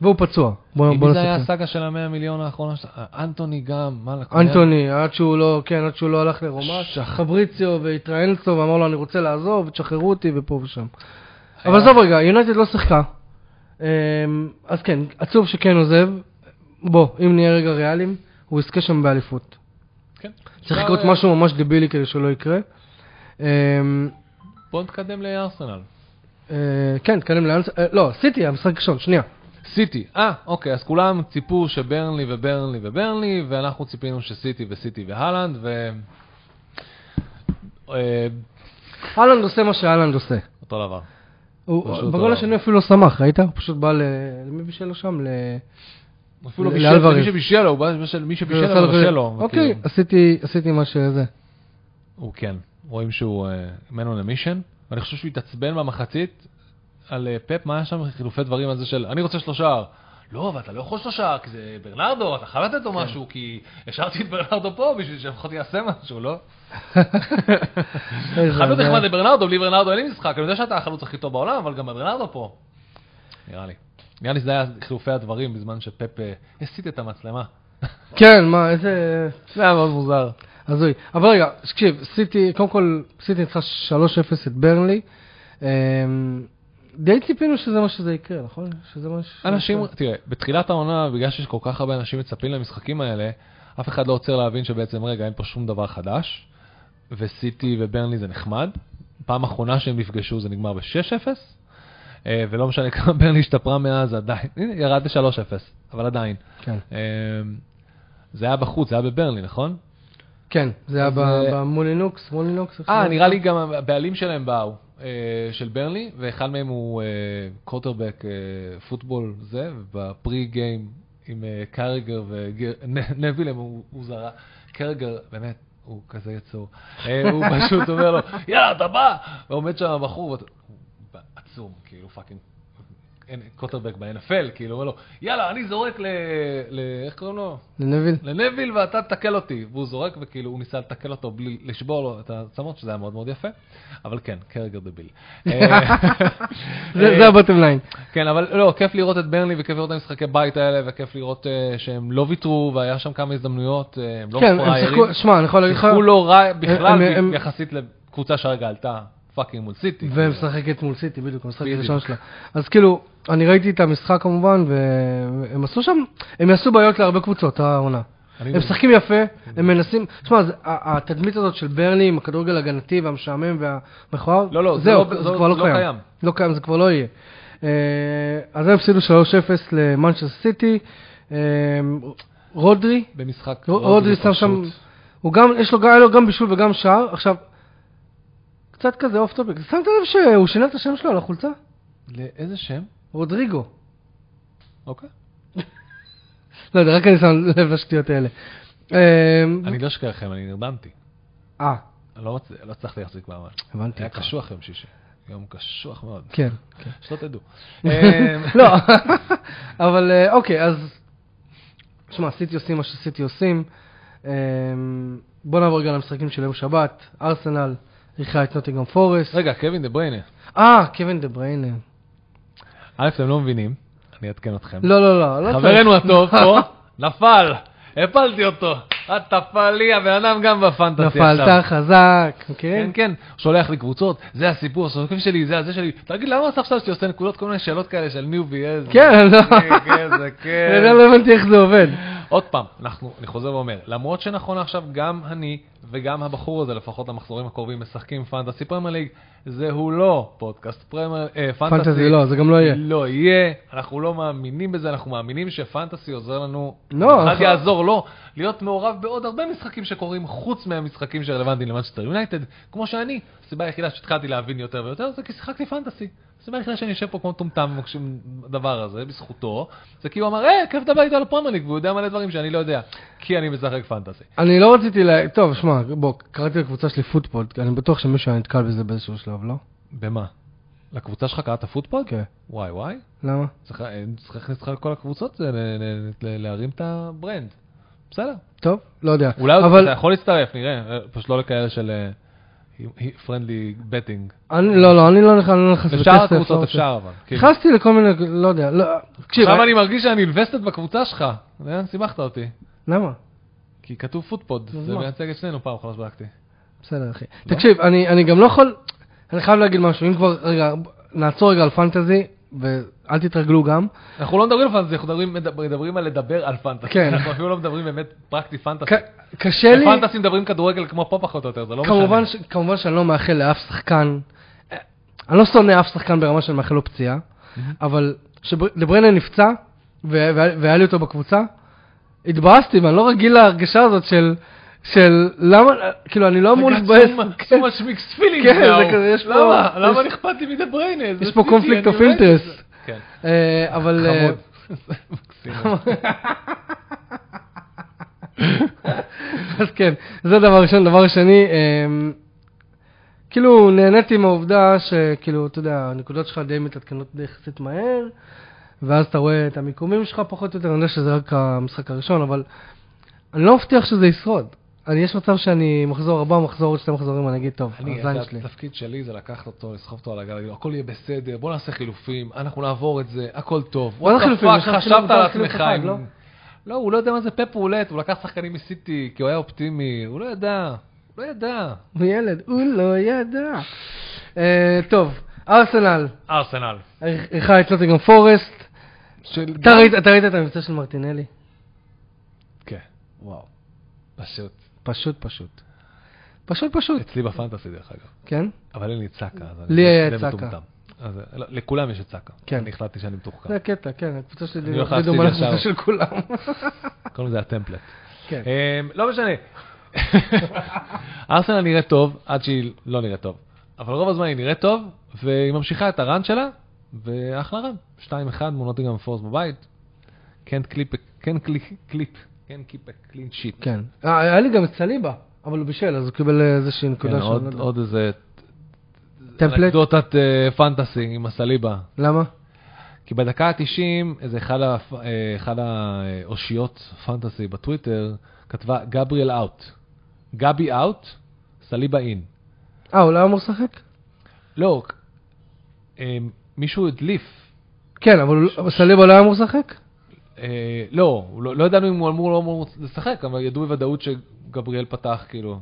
[SPEAKER 1] והוא פצוע, בוא
[SPEAKER 2] עם
[SPEAKER 1] לא, בוא
[SPEAKER 2] מי זה היה
[SPEAKER 1] נסכם.
[SPEAKER 2] הסאגה של המאה מיליון האחרונה? ש- אה, אנטוני גם, מה לקונה?
[SPEAKER 1] אנטוני, עד שהוא לא, כן, עד שהוא לא הלך לרומא,
[SPEAKER 2] ש-
[SPEAKER 1] פבריציו והתראיין אצלו ואמר לו, אני רוצה לעזוב, תשחררו אותי ופה ושם.
[SPEAKER 2] היה-
[SPEAKER 1] אבל עזוב רגע, יונייטד לא שיחקה. אמ, אז כן, עצוב שכן עוזב. בוא, אם נהיה רגע ריאליים, הוא יזכה שם באליפות.
[SPEAKER 2] כן.
[SPEAKER 1] צריך לקרות
[SPEAKER 2] אפשר, אה,
[SPEAKER 1] משהו ממש דבילי כדי שלא יקרה. אמ,
[SPEAKER 2] בוא נתקדם לארסנל.
[SPEAKER 1] אה, כן, תקדם לאנס... אה, לא, סיטי, המשחק הראשון, שנייה.
[SPEAKER 2] סיטי. אה, אוקיי, אז כולם ציפו שברנלי וברנלי וברנלי, ואנחנו ציפינו שסיטי וסיטי והלנד, ו... אה,
[SPEAKER 1] אהלנד עושה מה שאהלנד עושה.
[SPEAKER 2] אותו דבר.
[SPEAKER 1] הוא-
[SPEAKER 2] פשוט
[SPEAKER 1] בגול
[SPEAKER 2] לא.
[SPEAKER 1] השני אפילו לא שמח, ראית? הוא פשוט בא ל... למי בישל לו שם? ל...
[SPEAKER 2] אפילו
[SPEAKER 1] ל-
[SPEAKER 2] בישל,
[SPEAKER 1] לאלוורז.
[SPEAKER 2] מי שבישל לו, הוא בא בשל מי שבישל
[SPEAKER 1] ועשה
[SPEAKER 2] לו,
[SPEAKER 1] לו כזה,
[SPEAKER 2] בישל לו. כאילו.
[SPEAKER 1] אוקיי,
[SPEAKER 2] וכאילו,
[SPEAKER 1] עשיתי- עשיתי מה שזה.
[SPEAKER 2] הוא כן, רואים שהוא מנו למישן, ואני חושב שהוא התעצבן במחצית על אה, פפ, מה היה שם? חילופי דברים על זה של, אני רוצה שלושה שער. לא, אבל אתה לא יכול שלושה, שער, כי זה ברנרדו, אתה חייב לתת לו משהו, כי השארתי את ברנרדו פה בשביל שלפחות יעשה משהו, לא?
[SPEAKER 1] איזה
[SPEAKER 2] חלוץ
[SPEAKER 1] בעיה.
[SPEAKER 2] נחמד לברנרדו, בלי ברנרדו אין לי משחק, אני יודע שאתה החלוץ הכי טוב בעולם, אבל גם ברנרדו פה. נראה לי. נראה לי שזה היה חילופי הדברים בזמן שפפ אה, הסיט את המצלמה.
[SPEAKER 1] כן, מה, איזה...
[SPEAKER 2] זה היה מאוד מוזר.
[SPEAKER 1] הזוי. אבל רגע, תקשיב, סיטי, קודם כל, סיטי ניצחה 3-0 את ברנלי. אמ, די ציפינו שזה מה שזה יקרה, נכון? שזה מה ש...
[SPEAKER 2] אנשים, תראה, בתחילת העונה, בגלל שיש כל כך הרבה אנשים מצפים למשחקים האלה, אף אחד לא עוצר להבין שבעצם, רגע, אין פה שום דבר חדש, וסיטי וברנלי זה נחמד. פעם אחרונה שהם נפגשו זה נגמר ב-6-0, אה, ולא משנה כמה ברנלי השתפרה מאז, עדיין, הנה, ירד ל-3-0, אבל עדיין.
[SPEAKER 1] כן.
[SPEAKER 2] אמ, זה היה בחוץ, זה היה בברלי, נכון?
[SPEAKER 1] כן, זה היה
[SPEAKER 2] אז,
[SPEAKER 1] ב-
[SPEAKER 2] אה,
[SPEAKER 1] במולינוקס, מולינוקס. איך
[SPEAKER 2] אה,
[SPEAKER 1] שזה
[SPEAKER 2] נראה לי
[SPEAKER 1] נקרא?
[SPEAKER 2] גם הבעלים שלהם באו, אה, של ברלי, ואחד מהם הוא אה, קוטרבק פוטבול זה, ובפרי גיים עם אה, קריגר ונביל, הוא הוא זרה. קריגר, באמת. הוא כזה יצור. אה, הוא פשוט אומר לו, יאללה, אתה בא! ועומד שם הבחור, ואתה- הוא עצום, כאילו פאקינג קוטרבק ב-NFL, כאילו, הוא אומר לו, יאללה, אני זורק ל... ל- איך קוראים לו?
[SPEAKER 1] לנביל.
[SPEAKER 2] לנביל ואתה תקל אותי, והוא זורק וכאילו הוא ניסה לתקל אותו בלי לשבור לו את העצמות, שזה היה מאוד מאוד יפה, אבל כן, קרגר דביל. אה,
[SPEAKER 1] זה זה הבוטם ליין.
[SPEAKER 2] כן, אבל לא, כיף לראות את ברנלי וכיף לראות את המשחקי בית האלה, וכיף לראות אה, שהם לא ויתרו והיה שם כמה הזדמנויות, אה, הם לא
[SPEAKER 1] כן, הם
[SPEAKER 2] פראיירים,
[SPEAKER 1] שיחקו, שמע, אני יכול להגיד לך,
[SPEAKER 2] שיחקו לא רע בכלל
[SPEAKER 1] הם- הם-
[SPEAKER 2] יחסית לקבוצה שהרגע עלתה פאקינג מול סיטי.
[SPEAKER 1] והם
[SPEAKER 2] כאילו.
[SPEAKER 1] משחקת מול סיטי, בדיוק, המשחק
[SPEAKER 2] בדיוק.
[SPEAKER 1] הראשון שלה. אז כאילו, אני ראיתי את המשחק כמובן, והם עשו שם, הם יעשו בעיות להרבה קבוצות, העונה.
[SPEAKER 2] אני- לא-
[SPEAKER 1] הם משחקים יפה, הם מנסים, תשמע, זה- ה- התדמית הזאת של ברלי עם הכדורגל הגנתי והמשעמם והמכוער,
[SPEAKER 2] לא, לא, זה
[SPEAKER 1] זהו,
[SPEAKER 2] לא-
[SPEAKER 1] זה
[SPEAKER 2] זה
[SPEAKER 1] כבר לא
[SPEAKER 2] לא
[SPEAKER 1] קיים.
[SPEAKER 2] קיים.
[SPEAKER 1] לא קיים, זה כבר לא יהיה. אה, אז הם הפסידו 3-0 למנצ'סטר סיטי, אה, רודרי,
[SPEAKER 2] במשחק
[SPEAKER 1] ר- רודרי שם שם,
[SPEAKER 2] פשוט.
[SPEAKER 1] הוא גם, יש לו גם, היה לו גם בישול וגם שער, עכשיו, קצת כזה אוף טופיק, שמת לב שהוא שינה את השם שלו על החולצה?
[SPEAKER 2] לאיזה שם?
[SPEAKER 1] רודריגו.
[SPEAKER 2] אוקיי.
[SPEAKER 1] לא יודע, רק אני שם לב לשטויות האלה. אה,
[SPEAKER 2] אני לא אשכח לכם, אני נרדמתי.
[SPEAKER 1] אה,
[SPEAKER 2] אני לא מצ- לא הצלחתי להחזיק מעמד.
[SPEAKER 1] הבנתי
[SPEAKER 2] היה
[SPEAKER 1] אותך.
[SPEAKER 2] קשוח יום שישי, יום קשוח מאוד,
[SPEAKER 1] כן.
[SPEAKER 2] שלא תדעו. אמ,
[SPEAKER 1] לא, אבל אה, אוקיי, אז... שמע, סיטי עושים מה שסיטי עושים. אה, בוא נעבור רגע למשחקים של יום שבת. ארסנל אירחה את נוטיגרם פורסט.
[SPEAKER 2] רגע, קווין דה בריינה,
[SPEAKER 1] אה, קווין דה בריינה.
[SPEAKER 2] א', אתם לא מבינים, אני אעדכן אתכם.
[SPEAKER 1] לא, לא, לא. לא צריך.
[SPEAKER 2] חברנו הטוב פה, נפל, הפלתי אותו. אתה פלי, הבן אדם גם בפנטסי עכשיו.
[SPEAKER 1] נפלת חזק, כן?
[SPEAKER 2] כן, כן, שולח לי קבוצות, זה הסיפור, הסופים שלי, זה הזה שלי. תגיד, למה אתה חושב שאתה עושה נקודות, כל מיני שאלות כאלה של ניובי, איזה...
[SPEAKER 1] כן, לא.
[SPEAKER 2] איזה
[SPEAKER 1] אני
[SPEAKER 2] כן.
[SPEAKER 1] לא הבנתי איך זה עובד.
[SPEAKER 2] עוד פעם, אנחנו, אני חוזר ואומר, למרות שנכון עכשיו גם אני וגם הבחור הזה, לפחות למחזורים הקרובים, משחקים פנטסי פרמייר ליג, זהו לא פודקאסט פרמייר, אה, פנטסי.
[SPEAKER 1] פנטזי לא, זה גם לא יהיה.
[SPEAKER 2] לא יהיה, אנחנו לא מאמינים בזה, אנחנו מאמינים שפנטסי עוזר לנו,
[SPEAKER 1] לא,
[SPEAKER 2] אחד
[SPEAKER 1] אנחנו-
[SPEAKER 2] יעזור לו, להיות מעורב בעוד הרבה משחקים שקורים חוץ מהמשחקים שרלוונטיים למנצ'סטר יונייטד, כמו שאני, הסיבה היחידה שהתחלתי להבין יותר ויותר זה כי שיחקתי פנטסי. הסיבה היחידה שאני יושב פה כמו מטומטם ומקשיב לדבר הזה, בזכותו, זה כי הוא אמר, אה, כיף לדבר איתו על הפרמייר ליג, והוא יודע מלא דברים שאני לא יודע, כי אני משחק פנטסי.
[SPEAKER 1] אני לא רציתי ל... טוב, שמע, בוא, קראתי לקבוצה שלי פוטבול, אני בטוח שמישהו היה נתקל בזה באיזשהו שלב, לא?
[SPEAKER 2] במה? לקבוצה שלך קראת פוטבול?
[SPEAKER 1] כן.
[SPEAKER 2] וואי וואי.
[SPEAKER 1] למה?
[SPEAKER 2] צריך אה, צריך להכניס לך לכל הקבוצות, זה ל- ל- ל- להרים את הברנד. בסדר.
[SPEAKER 1] טוב, לא יודע.
[SPEAKER 2] אולי עוד
[SPEAKER 1] אבל-
[SPEAKER 2] אתה יכול להצטרף, נראה. אה, פשוט לא לכאלה של פרנדלי בטינג.
[SPEAKER 1] אני, לא, לא, אני לא נכנס אני לא נכנס
[SPEAKER 2] לשאר
[SPEAKER 1] לכסף,
[SPEAKER 2] הקבוצות
[SPEAKER 1] לא רוצה.
[SPEAKER 2] אפשר אבל. כאילו.
[SPEAKER 1] נכנסתי לכל מיני, לא יודע, לא, תקשיב,
[SPEAKER 2] עכשיו אני מרגיש שאני invested בקבוצה שלך. לאן סיבכת אותי?
[SPEAKER 1] למה?
[SPEAKER 2] כי כתוב פוטפוד,
[SPEAKER 1] אז
[SPEAKER 2] זה
[SPEAKER 1] מה?
[SPEAKER 2] מייצג את שנינו פעם אחת בדקתי.
[SPEAKER 1] בסדר, אחי. תקשיב, אני אני גם לא יכול, אני חייב להגיד משהו, אם כבר, רגע, נעצור רגע על פנטזי, ואל תתרגלו גם.
[SPEAKER 2] אנחנו לא מדברים על פנטסי, אנחנו מדברים- מדבר- מדברים על לדבר על פנטסי.
[SPEAKER 1] כן.
[SPEAKER 2] אנחנו אפילו לא מדברים באמת פרקטי פנטסי.
[SPEAKER 1] ק- קשה לי,
[SPEAKER 2] בפנטסי מדברים כדורגל כמו פה פחות או יותר, זה לא משנה.
[SPEAKER 1] כמובן ש- כמובן שאני לא מאחל לאף שחקן, אה, אני לא שונא אף שחקן ברמה שאני מאחל לו פציעה, אבל כשדבריינה נפצע, וה- וה- והיה לי אותו בקבוצה, התבאסתי, ואני לא רגיל להרגשה הזאת של... של למה, כאילו אני לא אמור להתבאס,
[SPEAKER 2] so much mixed feelings
[SPEAKER 1] כן, זה
[SPEAKER 2] now.
[SPEAKER 1] כזה, יש פה-
[SPEAKER 2] למה?
[SPEAKER 1] יש-
[SPEAKER 2] למה נכפת לי מדה בריינס?
[SPEAKER 1] יש פה conflict of interest.
[SPEAKER 2] כן.
[SPEAKER 1] אה, אבל... אה,
[SPEAKER 2] חמוד. זה מקסים.
[SPEAKER 1] אז כן, זה דבר ראשון. דבר שני, אמ, כאילו נהניתי מהעובדה שכאילו, אתה יודע, הנקודות שלך די מתעדכנות די יחסית מהר, ואז אתה רואה את המיקומים שלך פחות או יותר, אני יודע שזה רק המשחק הראשון, אבל אני לא מבטיח שזה ישרוד. אני, יש מצב שאני מחזור ארבע, מחזור עוד שתי מחזורים, אני אגיד, טוב,
[SPEAKER 2] אני,
[SPEAKER 1] הזין
[SPEAKER 2] את
[SPEAKER 1] שלי.
[SPEAKER 2] התפקיד שלי זה לקחת אותו, לסחוב אותו על הגל, להגיד לו, הכל יהיה בסדר, בוא נעשה חילופים, אנחנו נעבור את זה, הכל טוב.
[SPEAKER 1] מה זה
[SPEAKER 2] What the
[SPEAKER 1] חילופים?
[SPEAKER 2] fuck,
[SPEAKER 1] יש לך
[SPEAKER 2] חשבת
[SPEAKER 1] חילוף-
[SPEAKER 2] על
[SPEAKER 1] חילוף
[SPEAKER 2] עצמך.
[SPEAKER 1] אחד,
[SPEAKER 2] עם-
[SPEAKER 1] לא?
[SPEAKER 2] לא, הוא לא יודע מה זה פפ רולט, הוא לקח שחקנים מסיטי, כי הוא היה אופטימי, הוא לא ידע, הוא לא ידע.
[SPEAKER 1] הוא ילד, הוא לא ידע. אה, טוב, ארסנל,
[SPEAKER 2] ארסנל.
[SPEAKER 1] אירחה את לוטינגרם פורסט.
[SPEAKER 2] של...
[SPEAKER 1] אתה ראית- אתה ראית את המבצע של מרטינלי?
[SPEAKER 2] כן, וואו. פשוט.
[SPEAKER 1] פשוט פשוט. פשוט פשוט,
[SPEAKER 2] אצלי בפנטסי דרך אגב.
[SPEAKER 1] כן?
[SPEAKER 2] אבל אין לי צעקה. אז אני-
[SPEAKER 1] לי היה
[SPEAKER 2] זה
[SPEAKER 1] צעקה.
[SPEAKER 2] מטומטם. אז, לא, לכולם יש צעקה.
[SPEAKER 1] כן.
[SPEAKER 2] אני החלטתי שאני מתוחכם.
[SPEAKER 1] זה הקטע, כן, הקבוצה שלי
[SPEAKER 2] אני לא הולך
[SPEAKER 1] דומה
[SPEAKER 2] להפסיד
[SPEAKER 1] לקבוצה
[SPEAKER 2] ישר.
[SPEAKER 1] של כולם.
[SPEAKER 2] קוראים לזה הטמפלט.
[SPEAKER 1] כן.
[SPEAKER 2] אמ, לא משנה. ארסנל נראית טוב עד שהיא לא נראית טוב. אבל רוב הזמן היא נראית טוב, והיא ממשיכה את הראן שלה, ואחלה רן. 2-1 מול נוטינגרם פורס בבית. כן קליפ, כן קליפ, קליפ, כן קיפ, קלין שיט.
[SPEAKER 1] כן. אה, היה לי גם את סליבה, אבל הוא בישל, אז הוא קיבל אה, איזושהי
[SPEAKER 2] כן,
[SPEAKER 1] נקודה
[SPEAKER 2] עוד-
[SPEAKER 1] של...
[SPEAKER 2] עוד איזה
[SPEAKER 1] טמפלט?
[SPEAKER 2] אנקדוטת אה, פנטסי עם הסליבה.
[SPEAKER 1] למה?
[SPEAKER 2] כי בדקה ה-90, איזה אחד ה- אה, אחד האושיות פנטסי בטוויטר, כתבה גבריאל אאוט. גבי אאוט, סליבה אין.
[SPEAKER 1] אה, אולי הוא אמור לשחק?
[SPEAKER 2] לא, אה, מישהו הדליף.
[SPEAKER 1] כן, אבל הוא- אבל סליבה לא היה אמור לשחק?
[SPEAKER 2] אה, לא, הוא לא, לא ידענו אם הוא אמור או לא אמור לשחק, אבל ידעו בוודאות שגבריאל פתח כאילו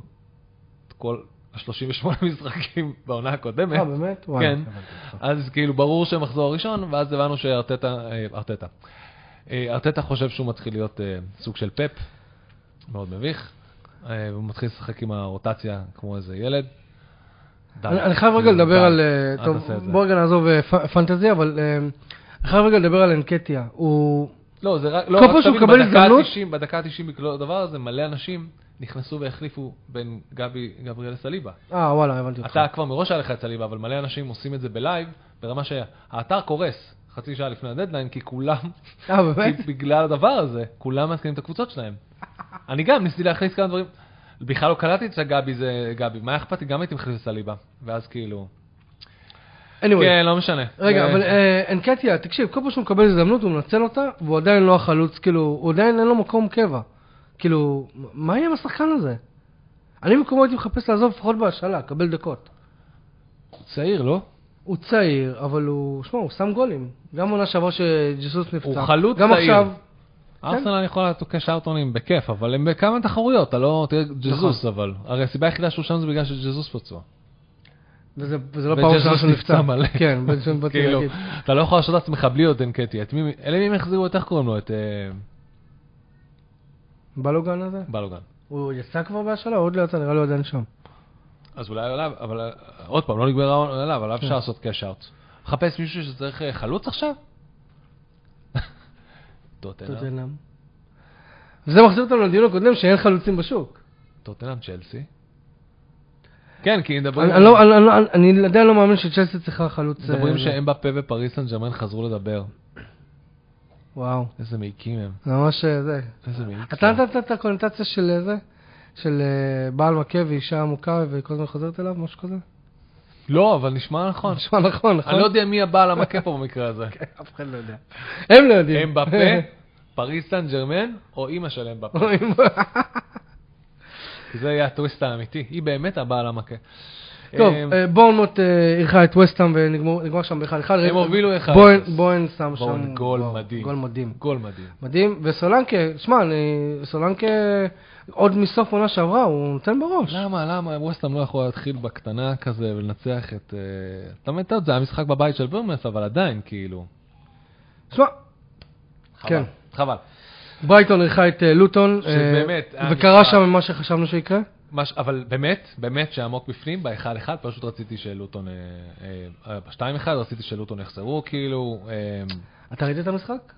[SPEAKER 2] את כל ה-38 משחקים בעונה הקודמת.
[SPEAKER 1] אה, באמת? וואי,
[SPEAKER 2] כן.
[SPEAKER 1] הבנתי אותך.
[SPEAKER 2] אז כאילו ברור שמחזור ראשון, ואז הבנו שארטטה, אה, ארטטה. אה, ארטטה חושב שהוא מתחיל להיות אה, סוג של פאפ, מאוד מביך. אה, הוא מתחיל לשחק עם הרוטציה כמו איזה ילד. די,
[SPEAKER 1] אני אני חייב
[SPEAKER 2] כאילו,
[SPEAKER 1] רגע לדבר
[SPEAKER 2] די.
[SPEAKER 1] על... אה,
[SPEAKER 2] אל
[SPEAKER 1] טוב,
[SPEAKER 2] תעשה את זה.
[SPEAKER 1] בוא רגע נעזוב אה, פ- פנטזי, אבל אה, אני חייב רגע לדבר על אנקטיה. הוא...
[SPEAKER 2] לא, זה רק... לא,
[SPEAKER 1] כל
[SPEAKER 2] רק
[SPEAKER 1] פעם שהוא
[SPEAKER 2] תבין,
[SPEAKER 1] מקבל
[SPEAKER 2] בדקה
[SPEAKER 1] הזדמנות-
[SPEAKER 2] ה-90, בדקה ה-90 בכל הדבר הזה, מלא אנשים נכנסו והחליפו בין גבי, גבריאל לסליבה.
[SPEAKER 1] אה, וואלה, הבנתי אותך.
[SPEAKER 2] אתה כבר מראש היה לך את סליבה, אבל מלא אנשים עושים את זה בלייב, ברמה שהאתר קורס חצי שעה לפני הדדליין, כי כולם
[SPEAKER 1] אה, באמת?
[SPEAKER 2] כי בגלל הדבר הזה, כולם מעדכנים את הקבוצות שלהם. אני גם ניסיתי להכניס כמה דברים. בכלל לא קלטתי שגבי זה גבי, מה אכפת לי? גם הייתי מחליף את סליבה. ואז כאילו...
[SPEAKER 1] anyway.
[SPEAKER 2] כן, לא משנה.
[SPEAKER 1] רגע,
[SPEAKER 2] אה,
[SPEAKER 1] אבל אה, אנקטיה, תקשיב, כל פעם שהוא מקבל הזדמנות הוא מנצל אותה, והוא עדיין לא החלוץ, כאילו, הוא עדיין אין לו מקום קבע. כאילו, מה יהיה עם השחקן הזה? אני במקומו הייתי מחפש לעזוב לפחות בהשאלה, לקבל דקות.
[SPEAKER 2] הוא צעיר, לא?
[SPEAKER 1] הוא צעיר, אבל הוא, שמע, הוא שם גולים. גם עונה שעברה שג'סוס נפצע.
[SPEAKER 2] הוא חלוץ
[SPEAKER 1] גם
[SPEAKER 2] צעיר.
[SPEAKER 1] עכשיו,
[SPEAKER 2] ארסנל יכולה לתוקע שארטונים בכיף, אבל הם בכמה תחרויות, אתה לא... תראה,
[SPEAKER 1] נכון.
[SPEAKER 2] ג'זוס אבל. הרי הסיבה היחידה שהוא שם זה בגלל שג'זוס פצוע.
[SPEAKER 1] וזה וזה לא פעם ראשונה שהוא נפצע.
[SPEAKER 2] מלא.
[SPEAKER 1] כן, בעצם באתי
[SPEAKER 2] כאילו,
[SPEAKER 1] להגיד.
[SPEAKER 2] אתה לא יכול לעשות את עצמך בלי עוד אנקטי. את מי... אלה מי הם החזירו את איך קוראים לו? את אה,
[SPEAKER 1] בלוגן הזה?
[SPEAKER 2] בלוגן.
[SPEAKER 1] הוא יצא כבר בהשאלה? עוד לא יצא, נראה לי הוא עדיין שם.
[SPEAKER 2] אז אולי עליו, אבל אה, עוד פעם, לא נגמר העונה, אבל
[SPEAKER 1] כן.
[SPEAKER 2] אפשר לעשות קאש אאוט. מחפש מישהו שצריך אה, חלוץ עכשיו? טוטנאם,
[SPEAKER 1] טוטנאם. זה מחזיר אותנו לדיון הקודם שאין חלוצים בשוק.
[SPEAKER 2] טוטנאם, צ'לסי. כן, כי מדברים...
[SPEAKER 1] אני- אני לא- אני לא- אני- אני עדיין לא מאמין שצ'לסי צריכה חלוץ... אה,
[SPEAKER 2] מדברים
[SPEAKER 1] זה.
[SPEAKER 2] שאמבפה ופריס סן ג'רמן חזרו לדבר.
[SPEAKER 1] וואו,
[SPEAKER 2] איזה מעיקים הם.
[SPEAKER 1] זה ממש אה, זה.
[SPEAKER 2] איזה מעיק.
[SPEAKER 1] אתה
[SPEAKER 2] זה.
[SPEAKER 1] נתת את הקונוטציה של אה, זה? של אה, בעל מכה ואישה עמוקה וכל הזמן חוזרת אליו, משהו כזה?
[SPEAKER 2] לא, אבל נשמע נכון. כן.
[SPEAKER 1] נשמע נכון, נכון?
[SPEAKER 2] אני לא יודע מי הבעל המכה פה במקרה הזה.
[SPEAKER 1] אף אחד לא יודע. הם לא יודעים.
[SPEAKER 2] אמבפה, פריס סן ג'רמן, או אימא של אמבפה.
[SPEAKER 1] רואים.
[SPEAKER 2] זה יהיה הטוויסט האמיתי. היא באמת הבעל המכה.
[SPEAKER 1] טוב,
[SPEAKER 2] אמ,
[SPEAKER 1] אה, בורנמוט אה, אירחה את וסטהאם ונגמור נגמר שם ב-1-1.
[SPEAKER 2] הם הובילו 1-0.
[SPEAKER 1] בוהן שם שם...
[SPEAKER 2] בורן, גול
[SPEAKER 1] וואו,
[SPEAKER 2] מדהים.
[SPEAKER 1] גול מדהים.
[SPEAKER 2] גול מדהים.
[SPEAKER 1] מדהים, וסולנקה, שמע, אני- סולנקה עוד מסוף עונה שעברה, הוא נותן בראש.
[SPEAKER 2] למה, למה, ווסטהאם לא יכול להתחיל בקטנה כזה ולנצח את... אה, אתה מבין, אתה יודע, זה היה משחק בבית של ברמס, אבל עדיין, כאילו.
[SPEAKER 1] שמע,
[SPEAKER 2] חבל.
[SPEAKER 1] כן.
[SPEAKER 2] חבל.
[SPEAKER 1] ברייטון אירחה את אה, לוטון,
[SPEAKER 2] שבאמת,
[SPEAKER 1] אה,
[SPEAKER 2] היה
[SPEAKER 1] וקרה
[SPEAKER 2] משחק.
[SPEAKER 1] שם מה שחשבנו שיקרה.
[SPEAKER 2] מה ש- אבל באמת, באמת שעמוק בפנים, באחד אחד, פשוט רציתי שלוטון, אה, אה, אה, בשתיים אחד, רציתי שלוטון יחזרו, כאילו, אה,
[SPEAKER 1] אתה ראית את המשחק?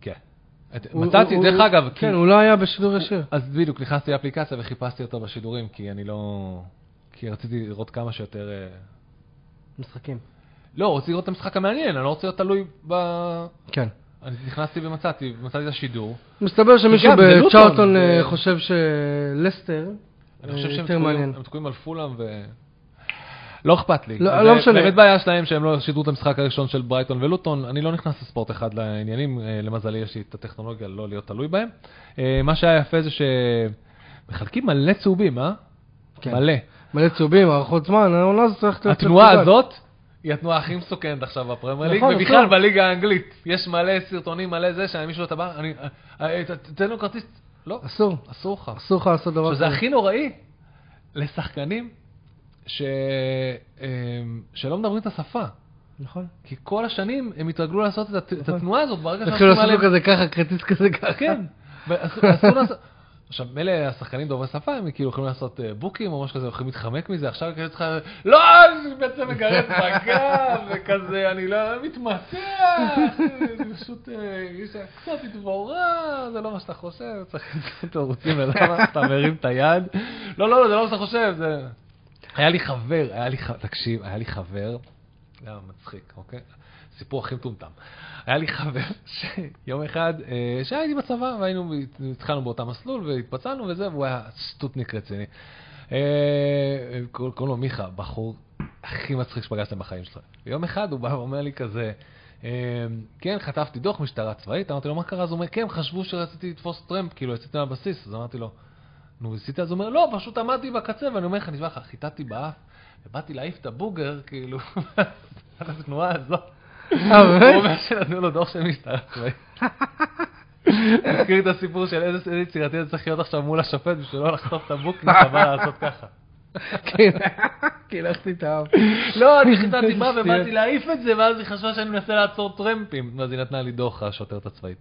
[SPEAKER 2] כן. את-
[SPEAKER 1] הוא-
[SPEAKER 2] מצאתי,
[SPEAKER 1] הוא-
[SPEAKER 2] דרך
[SPEAKER 1] הוא-
[SPEAKER 2] אגב, כי-
[SPEAKER 1] כן, הוא לא היה בשידור ישיר.
[SPEAKER 2] אז בדיוק, נכנסתי לאפליקציה וחיפשתי אותו בשידורים, כי אני לא... כי רציתי לראות כמה שיותר... אה,
[SPEAKER 1] משחקים.
[SPEAKER 2] לא, רציתי לראות את המשחק המעניין, אני לא רוצה להיות תלוי ב...
[SPEAKER 1] כן.
[SPEAKER 2] אני נכנסתי ומצאתי, מצאתי את השידור.
[SPEAKER 1] מסתבר שמישהו
[SPEAKER 2] גם, זה לוטון,
[SPEAKER 1] בצ'ארטון
[SPEAKER 2] זה-
[SPEAKER 1] אה, חושב שלסטר
[SPEAKER 2] אני
[SPEAKER 1] אה,
[SPEAKER 2] חושב שהם
[SPEAKER 1] יותר
[SPEAKER 2] תקועים-
[SPEAKER 1] מעניין.
[SPEAKER 2] הם תקועים על פולאם ו... לא אכפת לי.
[SPEAKER 1] לא-
[SPEAKER 2] זה
[SPEAKER 1] לא משנה.
[SPEAKER 2] באמת בעיה שלהם שהם לא שידרו את המשחק הראשון של ברייטון ולוטון. אני לא נכנס לספורט אחד לעניינים, אה, למזלי יש לי את הטכנולוגיה לא להיות תלוי בהם. אה, מה שהיה יפה זה שמחלקים מלא צהובים, אה?
[SPEAKER 1] כן.
[SPEAKER 2] מלא.
[SPEAKER 1] מלא צהובים, הארכות זמן, העונה הזאת הולכת להיות...
[SPEAKER 2] התנועה
[SPEAKER 1] לבד.
[SPEAKER 2] הזאת היא התנועה הכי מסוכנת עכשיו בפרמייר ליג,
[SPEAKER 1] נכון,
[SPEAKER 2] ובכלל
[SPEAKER 1] נכון.
[SPEAKER 2] בליגה האנגלית. יש מלא סרטונים, מלא זה, שמישהו אתה בא, אני- אה, אה, ת- תן לו כרטיס, לא,
[SPEAKER 1] אסור.
[SPEAKER 2] אסור לך.
[SPEAKER 1] אסור לך לעשות דבר
[SPEAKER 2] שזה הכי נוראי אוקיי. לשחקנים ש... אמ, שלא מדברים את השפה.
[SPEAKER 1] נכון.
[SPEAKER 2] כי כל השנים הם התרגלו לעשות את הת- את
[SPEAKER 1] נכון.
[SPEAKER 2] התנועה הזאת ברגע
[SPEAKER 1] התחילו לעשות לו
[SPEAKER 2] עליהם-
[SPEAKER 1] כזה ככה, כרטיס כזה ככה.
[SPEAKER 2] כן, ואסור אסור לעשות... עכשיו, מילא השחקנים דוברי שפה, הם כאילו יכולים לעשות אה, בוקים או משהו כזה, יכולים להתחמק מזה, עכשיו כאילו צריך... לא, אני בעצם מגרד בגב, וכזה, אני לא מתמתח, זה פשוט אה, יש קצת התבורה, זה לא מה שאתה חושב, צריך למצוא תירוצים ולמה אתה מרים את היד. לא, לא, לא, זה לא מה שאתה חושב, זה... היה לי חבר, היה לי חבר, תקשיב, היה לי חבר, זה היה מצחיק, אוקיי? סיפור הכי מטומטם. היה לי חבר שיום אחד, אה, שהייתי בצבא, והיינו, התחלנו באותה מסלול, והתפצלנו וזה, והוא היה שטוטניק רציני. אה, קור- קוראים לו מיכה, בחור הכי מצחיק שפגשתם בחיים שלך. ויום אחד הוא בא ואומר לי כזה, אה, כן, חטפתי דוח משטרה צבאית, אמרתי לו, מה קרה? אז הוא אומר, כן, חשבו שרציתי לתפוס טרמפ, כאילו, יצאתי מהבסיס, אז אמרתי לו, נו, ניסית? אז הוא אומר, לא, פשוט עמדתי בקצה, ואני אומר לך, נשבע לך, חיטטתי באף, ובאתי להעיף את הבוגר, כאילו, על התנועה הזאת.
[SPEAKER 1] אה,
[SPEAKER 2] הוא
[SPEAKER 1] באמת?
[SPEAKER 2] אומר שנתנו לו דוח של משטרה צבאית. תזכירי את הסיפור של איזה איזה יצירתי זה צריך להיות עכשיו מול השופט בשביל לא לחטוף את הבוקר, אתה בא לעשות ככה.
[SPEAKER 1] כן, קילחתי את האף.
[SPEAKER 2] לא, אני חיטטתי בה ובאתי
[SPEAKER 1] שטויות.
[SPEAKER 2] להעיף את זה, ואז היא חשבה שאני מנסה לעצור טרמפים. אז היא נתנה לי דוח, השוטרת הצבאית.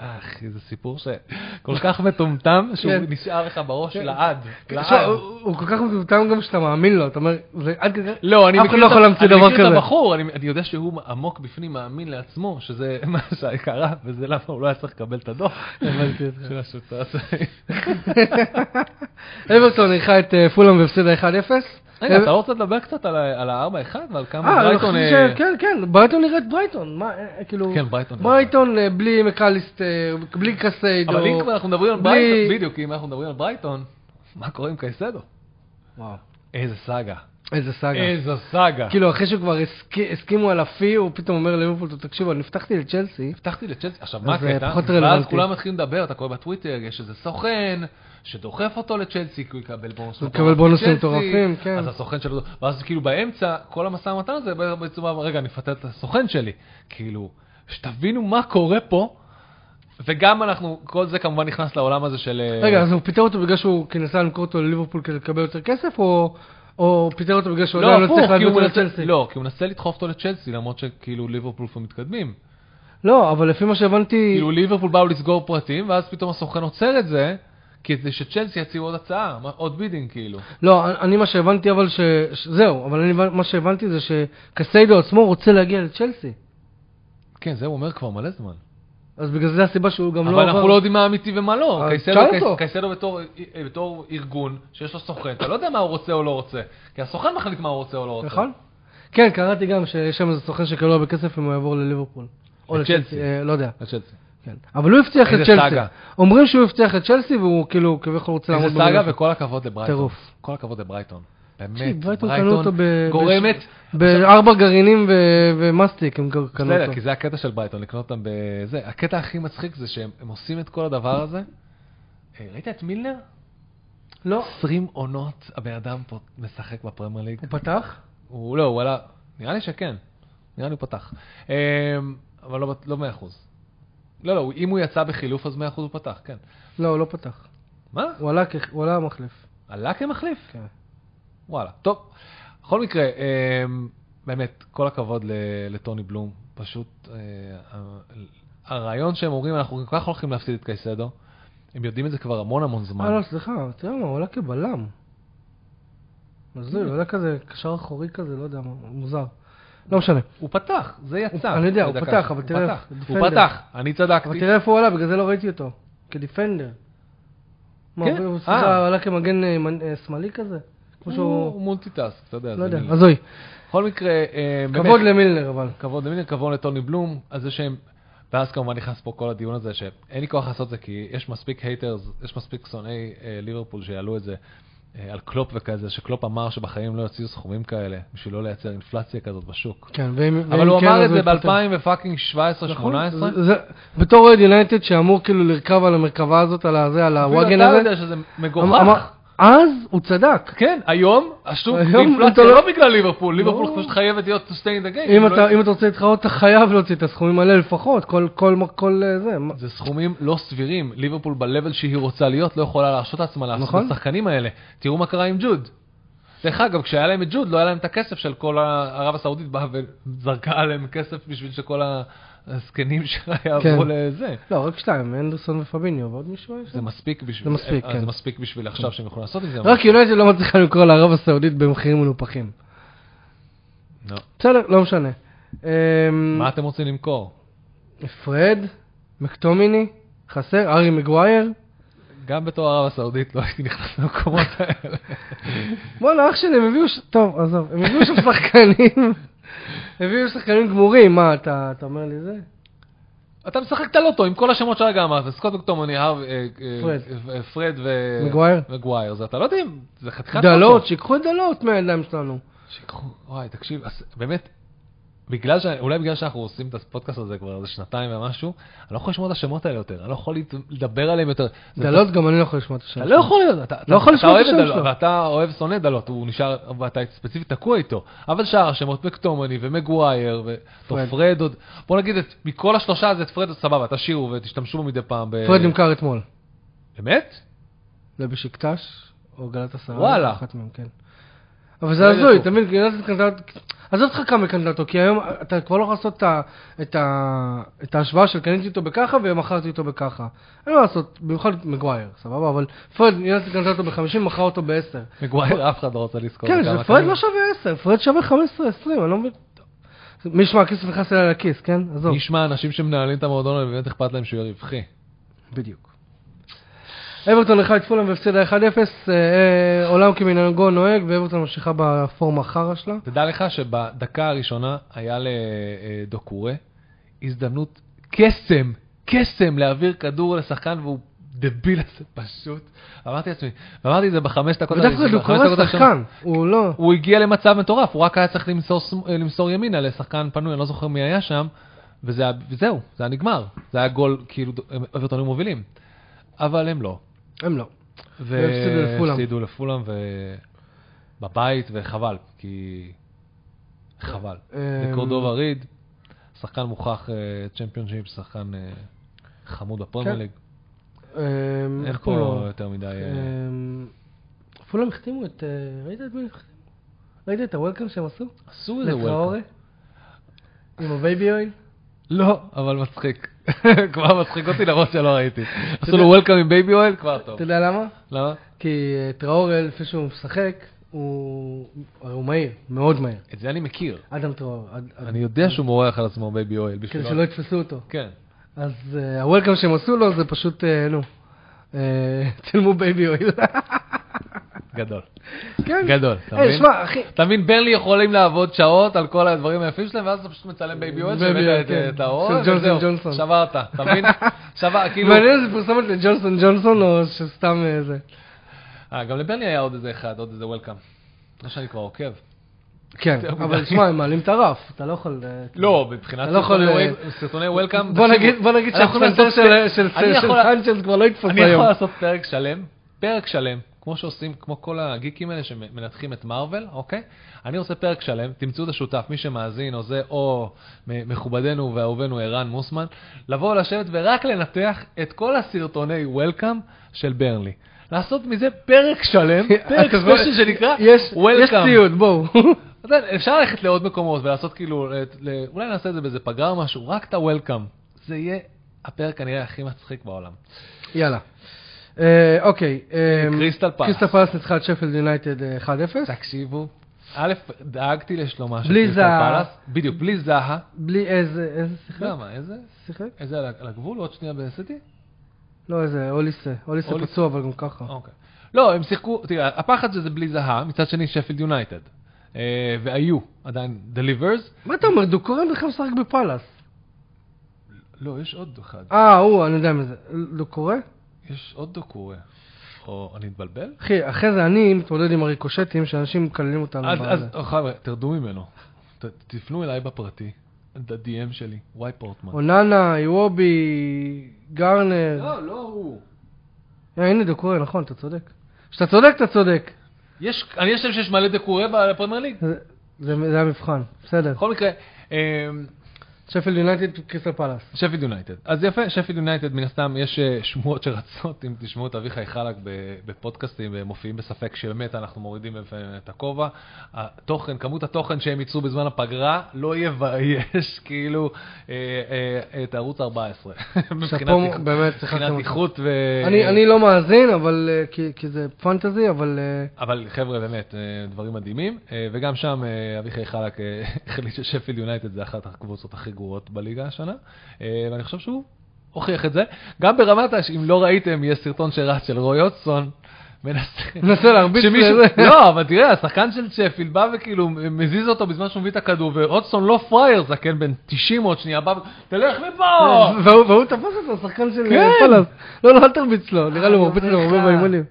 [SPEAKER 2] אה, אחי, זה סיפור שכל כך מטומטם, שהוא
[SPEAKER 1] כן.
[SPEAKER 2] נשאר לך בראש לעד.
[SPEAKER 1] תשמע,
[SPEAKER 2] לעד.
[SPEAKER 1] הוא הוא כל כך מטומטם גם שאתה מאמין לו, אתה אומר, זה עד כזה...
[SPEAKER 2] לא, אני
[SPEAKER 1] אף אחד
[SPEAKER 2] מכיר
[SPEAKER 1] לא
[SPEAKER 2] את ה-
[SPEAKER 1] יכול להמציא
[SPEAKER 2] אני
[SPEAKER 1] דבר
[SPEAKER 2] מכיר את
[SPEAKER 1] כזה.
[SPEAKER 2] הבחור, אני אני יודע שהוא עמוק בפנים מאמין לעצמו, שזה מה שקרה, וזה למה הוא לא היה צריך לקבל את הדוח.
[SPEAKER 1] הבנתי אותך.
[SPEAKER 2] של השוטר הצבאי.
[SPEAKER 1] אברטון אירחה את אה, פולאם והפסידה 1-0.
[SPEAKER 2] רגע,
[SPEAKER 1] אה,
[SPEAKER 2] אתה רוצה לדבר קצת על ה- על ה-4-1 ועל כמה
[SPEAKER 1] אה,
[SPEAKER 2] ברייטון...
[SPEAKER 1] ברייטון...
[SPEAKER 2] אה,
[SPEAKER 1] כן, כן, ברייטון נראית ברייטון, מה, אה, כאילו...
[SPEAKER 2] כן, ברייטון.
[SPEAKER 1] ברייטון אה, בלי מקליסטר, בלי קסיידו.
[SPEAKER 2] אבל אם כבר אנחנו מדברים על
[SPEAKER 1] בלי-
[SPEAKER 2] ברייטון, בדיוק, אם אנחנו מדברים על ברייטון, מה קורה עם קייסדו?
[SPEAKER 1] וואו,
[SPEAKER 2] איזה סאגה.
[SPEAKER 1] איזה סאגה.
[SPEAKER 2] איזה סאגה.
[SPEAKER 1] כאילו, אחרי שכבר הסכ- הסכימו על הפי, הוא פתאום אומר לליברפול, תקשיבו, אני הבטחתי לצ'לסי.
[SPEAKER 2] הבטחתי לצ'לסי, עכשיו מה
[SPEAKER 1] זה
[SPEAKER 2] הקטע?
[SPEAKER 1] אה, פחות
[SPEAKER 2] ואז
[SPEAKER 1] רלוונטי.
[SPEAKER 2] כולם מתחילים לדבר, אתה קורא בטוויטר, יש איזה סוכן שדוחף אותו לצ'לסי, כי הוא יקבל בונוס
[SPEAKER 1] הוא
[SPEAKER 2] מטורף
[SPEAKER 1] יקבל בונוסים
[SPEAKER 2] מצ'לסי.
[SPEAKER 1] מטורפים, כן.
[SPEAKER 2] אז הסוכן שלו, ואז כאילו באמצע, כל המשא ומתן הזה, בעצם, רגע, אני אפטר את הסוכן שלי. כאילו, שתבינו מה קורה פה, וגם אנחנו, כל זה כמובן נכנס לעולם הזה של... אה,
[SPEAKER 1] רגע, אז הוא פיטר אותו בגלל שהוא ניסה למכור אותו לליברפול כדי לקבל יותר כסף, או- או פיטר אותו בגלל שהוא
[SPEAKER 2] לא,
[SPEAKER 1] עדיין לא
[SPEAKER 2] הפוך,
[SPEAKER 1] צריך
[SPEAKER 2] כי
[SPEAKER 1] להביא
[SPEAKER 2] הוא
[SPEAKER 1] אותו
[SPEAKER 2] מנסה,
[SPEAKER 1] לצלסי?
[SPEAKER 2] לא, כי הוא מנסה לדחוף אותו לצ'לסי, למרות שכאילו ליברפול כבר מתקדמים.
[SPEAKER 1] לא, אבל לפי מה שהבנתי,
[SPEAKER 2] כאילו ליברפול באו לסגור פרטים, ואז פתאום הסוכן עוצר את זה, כדי שצ'לסי יציעו עוד הצעה, מה- עוד בידינג כאילו.
[SPEAKER 1] לא, אני מה שהבנתי אבל ש... ש- זהו, אבל אני הבנ- מה שהבנתי זה שקסיידו עצמו רוצה להגיע לצ'לסי.
[SPEAKER 2] כן, זה הוא אומר כבר מלא זמן.
[SPEAKER 1] אז בגלל זה הסיבה שהוא גם לא
[SPEAKER 2] אבל
[SPEAKER 1] עבר...
[SPEAKER 2] אנחנו לא יודעים מה אמיתי ומה לא.
[SPEAKER 1] אז
[SPEAKER 2] קייסדו-
[SPEAKER 1] תשאל
[SPEAKER 2] קייס-
[SPEAKER 1] אותו.
[SPEAKER 2] קייסדו בתור- אה, בתור ארגון שיש לו סוכן, אתה לא יודע מה הוא רוצה או לא רוצה. כי הסוכן מחליט מה הוא רוצה או לא רוצה.
[SPEAKER 1] נכון? כן, קראתי גם שיש שם איזה סוכן שקלו הרבה כסף אם הוא יעבור לליברפול. או
[SPEAKER 2] לצ'לסי.
[SPEAKER 1] לצ'לסי, אה, לא יודע.
[SPEAKER 2] הצ'לסי.
[SPEAKER 1] כן. אבל הוא הבטיח את
[SPEAKER 2] איזה
[SPEAKER 1] צ'לסי.
[SPEAKER 2] סאגה.
[SPEAKER 1] אומרים שהוא הבטיח את צ'לסי והוא כאילו כביכול רוצה
[SPEAKER 2] איזה
[SPEAKER 1] לעמוד
[SPEAKER 2] סאגה
[SPEAKER 1] במילה.
[SPEAKER 2] וכל הכבוד לברייטון.
[SPEAKER 1] טירוף.
[SPEAKER 2] כל הכבוד לברייטון. באמת,
[SPEAKER 1] תקשיב, ברייטון קנו אותו ב...
[SPEAKER 2] גורמת...
[SPEAKER 1] בש- בארבע גרעינים ו- ומסטיק הם קנו אותו.
[SPEAKER 2] בסדר, כי זה הקטע של ברייטון, לקנות אותם בזה. הקטע הכי מצחיק זה שהם הם עושים את כל הדבר הזה. אה, ראית את מילנר?
[SPEAKER 1] לא,
[SPEAKER 2] 20 עונות הבן אדם פה משחק בפרמייר ליג.
[SPEAKER 1] הוא פתח?
[SPEAKER 2] הוא לא, הוא עלה, נראה לי שכן, נראה לי הוא פתח. אמ, אבל לא, בט- לא 100%. לא, לא, הוא- אם הוא יצא בחילוף אז 100% הוא פתח, כן.
[SPEAKER 1] לא, הוא לא פתח.
[SPEAKER 2] מה?
[SPEAKER 1] הוא עלה כ- הוא עלה המחליף.
[SPEAKER 2] עלה כמחליף?
[SPEAKER 1] כן.
[SPEAKER 2] וואלה. טוב, בכל מקרה, אמ, באמת, כל הכבוד ל- לטוני בלום. פשוט, אה, ה- הרעיון שהם אומרים, אנחנו כל כך הולכים להפסיד את קייסדו, הם יודעים את זה כבר המון המון זמן.
[SPEAKER 1] אה, לא, סליחה, תראה מה, הוא עלה כבלם. הזוי, הוא עלה כזה קשר אחורי כזה, לא יודע מה, מוזר. לא משנה.
[SPEAKER 2] הוא פתח, זה יצא.
[SPEAKER 1] הוא- אני יודע, הוא
[SPEAKER 2] בדקה.
[SPEAKER 1] פתח, אבל
[SPEAKER 2] הוא
[SPEAKER 1] תראה,
[SPEAKER 2] פתח,
[SPEAKER 1] דפנדר.
[SPEAKER 2] הוא פתח, אני
[SPEAKER 1] אבל
[SPEAKER 2] צדקתי.
[SPEAKER 1] תראה איפה הוא עלה, בגלל זה לא ראיתי אותו. כדיפנדר. מה,
[SPEAKER 2] כן,
[SPEAKER 1] הוא
[SPEAKER 2] אה.
[SPEAKER 1] סליחה, הוא עלה כמגן אה, מנ- אה, שמאלי כזה? כמו
[SPEAKER 2] הוא
[SPEAKER 1] שהוא...
[SPEAKER 2] מולטיטאסק, אתה יודע.
[SPEAKER 1] לא
[SPEAKER 2] זה
[SPEAKER 1] יודע,
[SPEAKER 2] מין-
[SPEAKER 1] הזוי.
[SPEAKER 2] בכל מקרה, אה, באמת,
[SPEAKER 1] כבוד למילנר אבל.
[SPEAKER 2] כבוד למילר, כבוד לטוני בלום, על זה שהם, ואז כמובן נכנס פה כל הדיון הזה, שאין לי כוח לעשות את זה, כי יש מספיק הייטרס, יש מספיק שונאי אה, ליברפול שיעלו את זה אה, על קלופ וכזה, שקלופ אמר שבחיים לא יוציאו סכומים כאלה, בשביל לא לייצר אינפלציה כזאת בשוק.
[SPEAKER 1] כן, ואם...
[SPEAKER 2] אבל
[SPEAKER 1] ואם
[SPEAKER 2] הוא
[SPEAKER 1] כן,
[SPEAKER 2] אמר
[SPEAKER 1] אז
[SPEAKER 2] את זה
[SPEAKER 1] הוא יתפטר. נכון,
[SPEAKER 2] ב-2017-2018.
[SPEAKER 1] זה- זה- בתור אוהד יונייטד שאמור כאילו לרכב על המרכבה הזאת, על הזה, על הוואגן
[SPEAKER 2] אתה
[SPEAKER 1] הזה, אמ-
[SPEAKER 2] יודע שזה
[SPEAKER 1] אמר-
[SPEAKER 2] מגוחך.
[SPEAKER 1] אז הוא צדק.
[SPEAKER 2] כן, היום, השוק,
[SPEAKER 1] היום אתה
[SPEAKER 2] האינפלציה
[SPEAKER 1] לא-
[SPEAKER 2] לא בגלל ליברפול, ליברפול
[SPEAKER 1] ברור.
[SPEAKER 2] פשוט חייבת להיות to stay in the game.
[SPEAKER 1] אם
[SPEAKER 2] אם לא-
[SPEAKER 1] אתה, אם אתה רוצה להתחרות, אתה חייב להוציא את הסכומים האלה לפחות, כל, כל, כל, כל אה, זה. מה-
[SPEAKER 2] זה סכומים לא סבירים. ליברפול ב-level שהיא רוצה להיות לא יכולה להרשות לעצמה לעשות את
[SPEAKER 1] נכון.
[SPEAKER 2] השחקנים האלה. תראו מה קרה עם ג'וד. דרך אגב, כשהיה להם את ג'וד, לא היה להם את הכסף של כל ה- ערב הסעודית באה וזרקה עליהם כסף בשביל שכל הזקנים שלה יעברו
[SPEAKER 1] כן.
[SPEAKER 2] לזה.
[SPEAKER 1] לא, רק שתיים, אנדרסון ופביניו, ועוד מישהו יש?
[SPEAKER 2] זה מספיק בשביל...
[SPEAKER 1] זה מספיק,
[SPEAKER 2] אה,
[SPEAKER 1] כן.
[SPEAKER 2] זה מספיק בשביל עכשיו שהם יכולים לעשות עם זה. אבל-
[SPEAKER 1] רק יונייטד לא מצליחה למכור לערב הסעודית במחירים מנופחים.
[SPEAKER 2] לא.
[SPEAKER 1] בסדר, לא משנה. אמ,
[SPEAKER 2] מה אתם רוצים למכור?
[SPEAKER 1] פרד, מקטומיני, חסר, ארי מגווייר.
[SPEAKER 2] גם בתור ערב הסעודית לא הייתי נכנס למקומות האלה.
[SPEAKER 1] וואלה, אח שלי, הם הביאו... ש- טוב, עזוב, הם הביאו שם שחקנים. הביאו שחקנים גמורים, מה, אתה אתה אומר לי זה?
[SPEAKER 2] אתה משחק את הלוטו עם כל השמות שהרגע אמרת, סקוט מקטומני, הרב, אה, אה,
[SPEAKER 1] פרד.
[SPEAKER 2] אה, פרד ו...
[SPEAKER 1] מגווייר.
[SPEAKER 2] מגווייר, זה אתה לא יודע אם, זה חתיכת...
[SPEAKER 1] דלות,
[SPEAKER 2] לוטו.
[SPEAKER 1] שיקחו את דלות מהידיים שלנו.
[SPEAKER 2] שיקחו, וואי, תקשיב, אז באמת, בגלל ש... אולי בגלל שאנחנו עושים את הפודקאסט הזה כבר איזה שנתיים ומשהו, אני לא יכול לשמוע את השמות האלה יותר, אני לא יכול להת- לדבר עליהם יותר. זה
[SPEAKER 1] דלות, גם אני לא יכול לשמוע את השם.
[SPEAKER 2] אתה
[SPEAKER 1] שלו.
[SPEAKER 2] לא יכול, אתה- אתה
[SPEAKER 1] לא יכול
[SPEAKER 2] אתה
[SPEAKER 1] לשמוע את
[SPEAKER 2] אוהב
[SPEAKER 1] השם
[SPEAKER 2] דלות,
[SPEAKER 1] שלו.
[SPEAKER 2] ואתה אוהב שונא דלות, הוא נשאר, ואתה ספציפית תקוע איתו. אבל שאר השמות מקטומני ומגווייר,
[SPEAKER 1] פרד.
[SPEAKER 2] ופרד עוד, בוא נגיד, את- מכל השלושה הזה את פרד עוד סבבה, תשאירו ותשתמשו בו מדי פעם. ב-
[SPEAKER 1] פרד נמכר אתמול.
[SPEAKER 2] באמת?
[SPEAKER 1] לבשיקטש או גלת עשרה.
[SPEAKER 2] וואלה.
[SPEAKER 1] אחת מהם, כן. אבל זה
[SPEAKER 2] לא
[SPEAKER 1] הזוי,
[SPEAKER 2] ידעו.
[SPEAKER 1] אתה מבין, גלת קנתה... עזוב אותך כמה קנתה אותו, כי היום אתה כבר לא יכול לעשות את ה- את ה- את ההשוואה של קניתי אותו בככה ומכרתי אותו בככה. אין מה לעשות, במיוחד מגווייר, סבבה? אבל פרד, גלת קנתה אותו ב-50, מכרה אותו ב-10.
[SPEAKER 2] מגווייר אף אחד לא רוצה לזכור.
[SPEAKER 1] כן,
[SPEAKER 2] כמה
[SPEAKER 1] זה פרד
[SPEAKER 2] כמה-
[SPEAKER 1] לא שווה 10, פרד שווה 15-20, אני לא מבין. מי ישמע, הכסף נכנס אליי לכיס, כן? עזוב.
[SPEAKER 2] מי ישמע, אנשים שמנהלים את המועדון האלה, באמת אכפת להם שהוא יהיה רווחי.
[SPEAKER 1] בדיוק. אברטון אחד את פולאם והפסידה 1-0, אה, אה, עולם כמנהגו נוהג, ואברטון ממשיכה בפורמה חרא שלה.
[SPEAKER 2] תדע לך שבדקה הראשונה היה לדוקורה הזדמנות קסם, קסם להעביר כדור לשחקן והוא דביל הזה פשוט. אמרתי לעצמי, ואמרתי את זה בחמש דקות
[SPEAKER 1] בדרך כלל הוא
[SPEAKER 2] בחמש דקות
[SPEAKER 1] קורא
[SPEAKER 2] הראשונות.
[SPEAKER 1] שחקן, הוא לא...
[SPEAKER 2] הוא הגיע למצב מטורף, הוא רק היה צריך למסור, שמ- אה, למסור ימינה לשחקן פנוי, אני לא זוכר מי היה שם, וזה, היה- וזהו, זה היה נגמר. זה היה גול, כאילו, אברטון היו מובילים. אבל הם לא.
[SPEAKER 1] הם לא. והפסידו לפולאם.
[SPEAKER 2] והפסידו לפולאם ו- בבית, וחבל, כי... חבל.
[SPEAKER 1] אמ, אה,
[SPEAKER 2] וקורדובה ריד, אה, שחקן מוכח צ'מפיונשיפ, שחקן... אה, חמוד בפרמייר
[SPEAKER 1] כן.
[SPEAKER 2] ליג.
[SPEAKER 1] אמ,
[SPEAKER 2] אין
[SPEAKER 1] איך קוראים
[SPEAKER 2] פה
[SPEAKER 1] לו?
[SPEAKER 2] יותר מדי... אה,
[SPEAKER 1] אמ, פולאם החתימו את... אה, ראית את מי הם החתימו? ראית את הוולקאם שהם עשו?
[SPEAKER 2] עשו איזה
[SPEAKER 1] לטראורה? עם הבייבי אויל?
[SPEAKER 2] לא, אבל מצחיק. כבר מצחיק אותי למרות שלא ראיתי. עשו לו וולקאם עם בייבי אוהל, כבר טוב.
[SPEAKER 1] אתה יודע למה?
[SPEAKER 2] למה?
[SPEAKER 1] כי אה, טראורה, לפני שהוא משחק, הוא הרי הוא מהיר, מאוד מהיר.
[SPEAKER 2] את זה אני מכיר.
[SPEAKER 1] אדם טראורה. אד- אד-
[SPEAKER 2] אני יודע שהוא מורח על עצמו בייבי אוהל.
[SPEAKER 1] אה, כדי
[SPEAKER 2] בשביל-
[SPEAKER 1] שלא יתפסו אותו.
[SPEAKER 2] כן.
[SPEAKER 1] אז אה, הוולקאם שהם עשו לו זה פשוט, אה, נו, אה, צילמו בייבי אויל.
[SPEAKER 2] גדול.
[SPEAKER 1] כן.
[SPEAKER 2] גדול, אתה
[SPEAKER 1] אה,
[SPEAKER 2] מבין?
[SPEAKER 1] שמע, אחי,
[SPEAKER 2] אתה מבין, ברלי יכולים לעבוד שעות על כל הדברים היפים שלהם, ואז אתה פשוט מצלם בייבי אוהל,
[SPEAKER 1] בייבי אוהל,
[SPEAKER 2] שבאת
[SPEAKER 1] כן.
[SPEAKER 2] אה, את- את האור,
[SPEAKER 1] של ג'ונסון
[SPEAKER 2] וזהו,
[SPEAKER 1] ג'ונסון.
[SPEAKER 2] שברת, אתה מבין? שבר, כאילו...
[SPEAKER 1] מעניין אם זה פורסם לג'ונסון ג'ונסון או שסתם אה, זה.
[SPEAKER 2] אה, גם לברלי היה עוד איזה אחד, עוד איזה וולקאם. לא שאני כבר עוקב.
[SPEAKER 1] כן,
[SPEAKER 2] יותר מדי.
[SPEAKER 1] אבל שמע, הם מעלים את הרף, אתה לא יכול... אה,
[SPEAKER 2] לא, מבחינת
[SPEAKER 1] אתה לא יכול,
[SPEAKER 2] סרטוני
[SPEAKER 1] אה,
[SPEAKER 2] ווי- סרטוני וולקאם.
[SPEAKER 1] בוא
[SPEAKER 2] תקשיבו,
[SPEAKER 1] נגיד, בוא נגיד
[SPEAKER 2] אנחנו
[SPEAKER 1] שהפסנתר
[SPEAKER 2] נעשה-
[SPEAKER 1] של של-
[SPEAKER 2] אני
[SPEAKER 1] של
[SPEAKER 2] יכול-
[SPEAKER 1] סנצ'ז כבר לא יתפוס
[SPEAKER 2] אני יכול
[SPEAKER 1] היום.
[SPEAKER 2] לעשות פרק שלם, פרק שלם, כמו שעושים, כמו כל הגיקים האלה שמנתחים את מארוול, אוקיי? אני רוצה פרק שלם, תמצאו את השותף, מי שמאזין או זה, או מ- מכובדנו ואהובנו ערן מוסמן, לבוא לשבת ורק לנתח את כל הסרטוני וולקאם של ברנלי. לעשות מזה פרק שלם, פרק
[SPEAKER 1] אתה רואה?
[SPEAKER 2] ספיישל שנקרא
[SPEAKER 1] יש- יש
[SPEAKER 2] Welcome.
[SPEAKER 1] ציוד, בואו.
[SPEAKER 2] אתה יודע, אפשר ללכת לעוד מקומות ולעשות כאילו, את- ל- אולי נעשה את זה באיזה פגרה או משהו, רק את ה-Welcome. זה יהיה הפרק כנראה הכי מצחיק בעולם.
[SPEAKER 1] יאללה. אה, אוקיי. אה,
[SPEAKER 2] קריסטל פלאס.
[SPEAKER 1] קריסטל פלאס ניצחה את שפילד יונייטד אה, 1-0.
[SPEAKER 2] תקשיבו, אא, דאגתי לשלומה של
[SPEAKER 1] בלי
[SPEAKER 2] קריסטל
[SPEAKER 1] זהה.
[SPEAKER 2] פלאס. בדיוק, בלי זהה.
[SPEAKER 1] בלי איזה, איזה שיחק?
[SPEAKER 2] למה, איזה?
[SPEAKER 1] שיחק?
[SPEAKER 2] איזה על ה- על הגבול? עוד שנייה בסיטי?
[SPEAKER 1] לא איזה, אוליסה. אוליסה
[SPEAKER 2] אוליסה.
[SPEAKER 1] פצוע אבל גם ככה.
[SPEAKER 2] אוקיי. לא, הם שיחקו, תראה, הפחד שזה בלי זהה, מצד שני שפילד יונייטד. אה, והיו עדיין דליברס.
[SPEAKER 1] מה אתה אומר, דוקורן בכלל משחק בפלאס.
[SPEAKER 2] לא, יש עוד אחד.
[SPEAKER 1] אה, הוא, אני יודע מי זה. דוקורן?
[SPEAKER 2] יש עוד דוקורי. או אני מתבלבל?
[SPEAKER 1] אחי, אחרי זה אני מתמודד עם הריקושטים שאנשים מקללים אותנו.
[SPEAKER 2] אז,
[SPEAKER 1] בזה.
[SPEAKER 2] אז, אה, חבר'ה, תרדו ממנו. ת- תפנו אליי בפרטי, ב-DM שלי, וואי פורטמן.
[SPEAKER 1] אוננה, איוובי, גרנר.
[SPEAKER 2] לא, לא הוא.
[SPEAKER 1] אה, הנה דוקורן, נכון, אתה צודק. כשאתה צודק, אתה צודק.
[SPEAKER 2] יש, אני חושב שיש מלא דקורי בפרמייר ליג.
[SPEAKER 1] זה- זה זה המבחן, בסדר.
[SPEAKER 2] בכל מקרה,
[SPEAKER 1] שפילד יונייטד, קריסטל פלאס.
[SPEAKER 2] שפיד יונייטד. אז יפה, שפיד יונייטד, מן הסתם, יש אה, שמועות שרצות, אם תשמעו את אביחי חלק ב- בפודקאסטים, הם מופיעים בספק שבאמת אנחנו מורידים בפניהם את הכובע. התוכן, כמות התוכן שהם ייצרו בזמן הפגרה, לא יבייש כאילו אה, אה, את ערוץ 14. מבחינת
[SPEAKER 1] שאפו,
[SPEAKER 2] איכות-
[SPEAKER 1] באמת, שיחקתם
[SPEAKER 2] מבחינת
[SPEAKER 1] אותי.
[SPEAKER 2] איכות ו...
[SPEAKER 1] אני אני לא מאזין, אבל אה, כי- כי זה פנטזי, אבל אה,
[SPEAKER 2] אבל חבר'ה, באמת, אה, דברים מדהימים. אה, וגם שם אה, אביחי חלק אה, החליט ששפילד יונייטד זה אחת הקבוצות הכי גרועות בליגה השנה, אה, ואני חושב שהוא הוכיח את זה. גם ברמת, הש- אם לא ראיתם, יש סרטון שרץ של רוי אוטסון, מנסה...
[SPEAKER 1] מנסה להרביץ
[SPEAKER 2] שמישהו-
[SPEAKER 1] לזה.
[SPEAKER 2] לא, אבל תראה, השחקן של שפילד בא וכאילו מזיז אותו בזמן שהוא מביא את הכדור, ואוטסון לא פראייר, זקן בן 90 עוד שנייה, בא ו... תלך מפה!
[SPEAKER 1] אה, והוא והוא תפס אותו, שחקן של
[SPEAKER 2] לא! כן. אה,
[SPEAKER 1] אה, פלאס. לא, לא, אל תרביץ לו, נראה לי הוא
[SPEAKER 2] אני
[SPEAKER 1] מרביץ לו הרבה
[SPEAKER 2] אומר לך.
[SPEAKER 1] באימונים.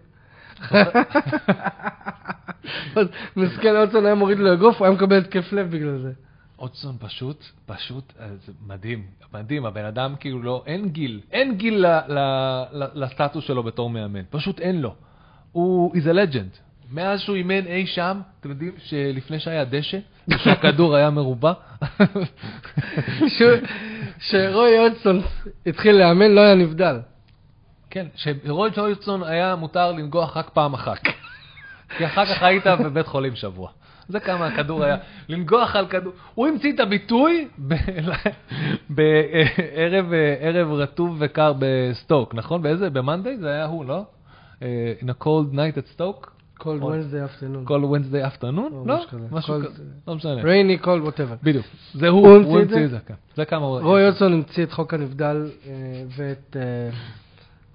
[SPEAKER 1] אז מסכן, אוטסון היה מוריד לו אגרוף, הוא היה מקבל התקף לב בגלל זה.
[SPEAKER 2] אוטסון פשוט, פשוט, אה, זה מדהים, מדהים, הבן אדם כאילו לא, אין גיל, אין גיל ל, ל, ל, לסטטוס שלו בתור מאמן, פשוט אין לו. הוא, he's a legend. מאז שהוא אימן אי שם, אתם יודעים שלפני שהיה דשא, שהכדור היה מרובע.
[SPEAKER 1] כשרוי אוטסון התחיל לאמן, לא היה נבדל.
[SPEAKER 2] כן, שרוי ג'ויצון היה מותר לנגוח רק פעם אחת. כי אחר כך היית בבית חולים שבוע. זה כמה הכדור היה. לנגוח על כדור. הוא המציא את הביטוי בערב ערב רטוב וקר בסטוק, נכון? באיזה? במאנדיי זה היה הוא, לא? אה, In a cold night at Stoke?
[SPEAKER 1] כל Wednesday afternoon.
[SPEAKER 2] כל Wednesday afternoon?
[SPEAKER 1] או
[SPEAKER 2] לא?
[SPEAKER 1] משהו כזה.
[SPEAKER 2] משהו
[SPEAKER 1] Cold-
[SPEAKER 2] כזה. לא משנה.
[SPEAKER 1] רייני, כל, ווטאבר.
[SPEAKER 2] בדיוק. זה
[SPEAKER 1] הוא
[SPEAKER 2] הוא, הוא
[SPEAKER 1] המציא את זה?
[SPEAKER 2] המציא את זה. כן. זה כמה הוא...
[SPEAKER 1] רוי אולסון המציא את חוק הנבדל אה, ואת אה,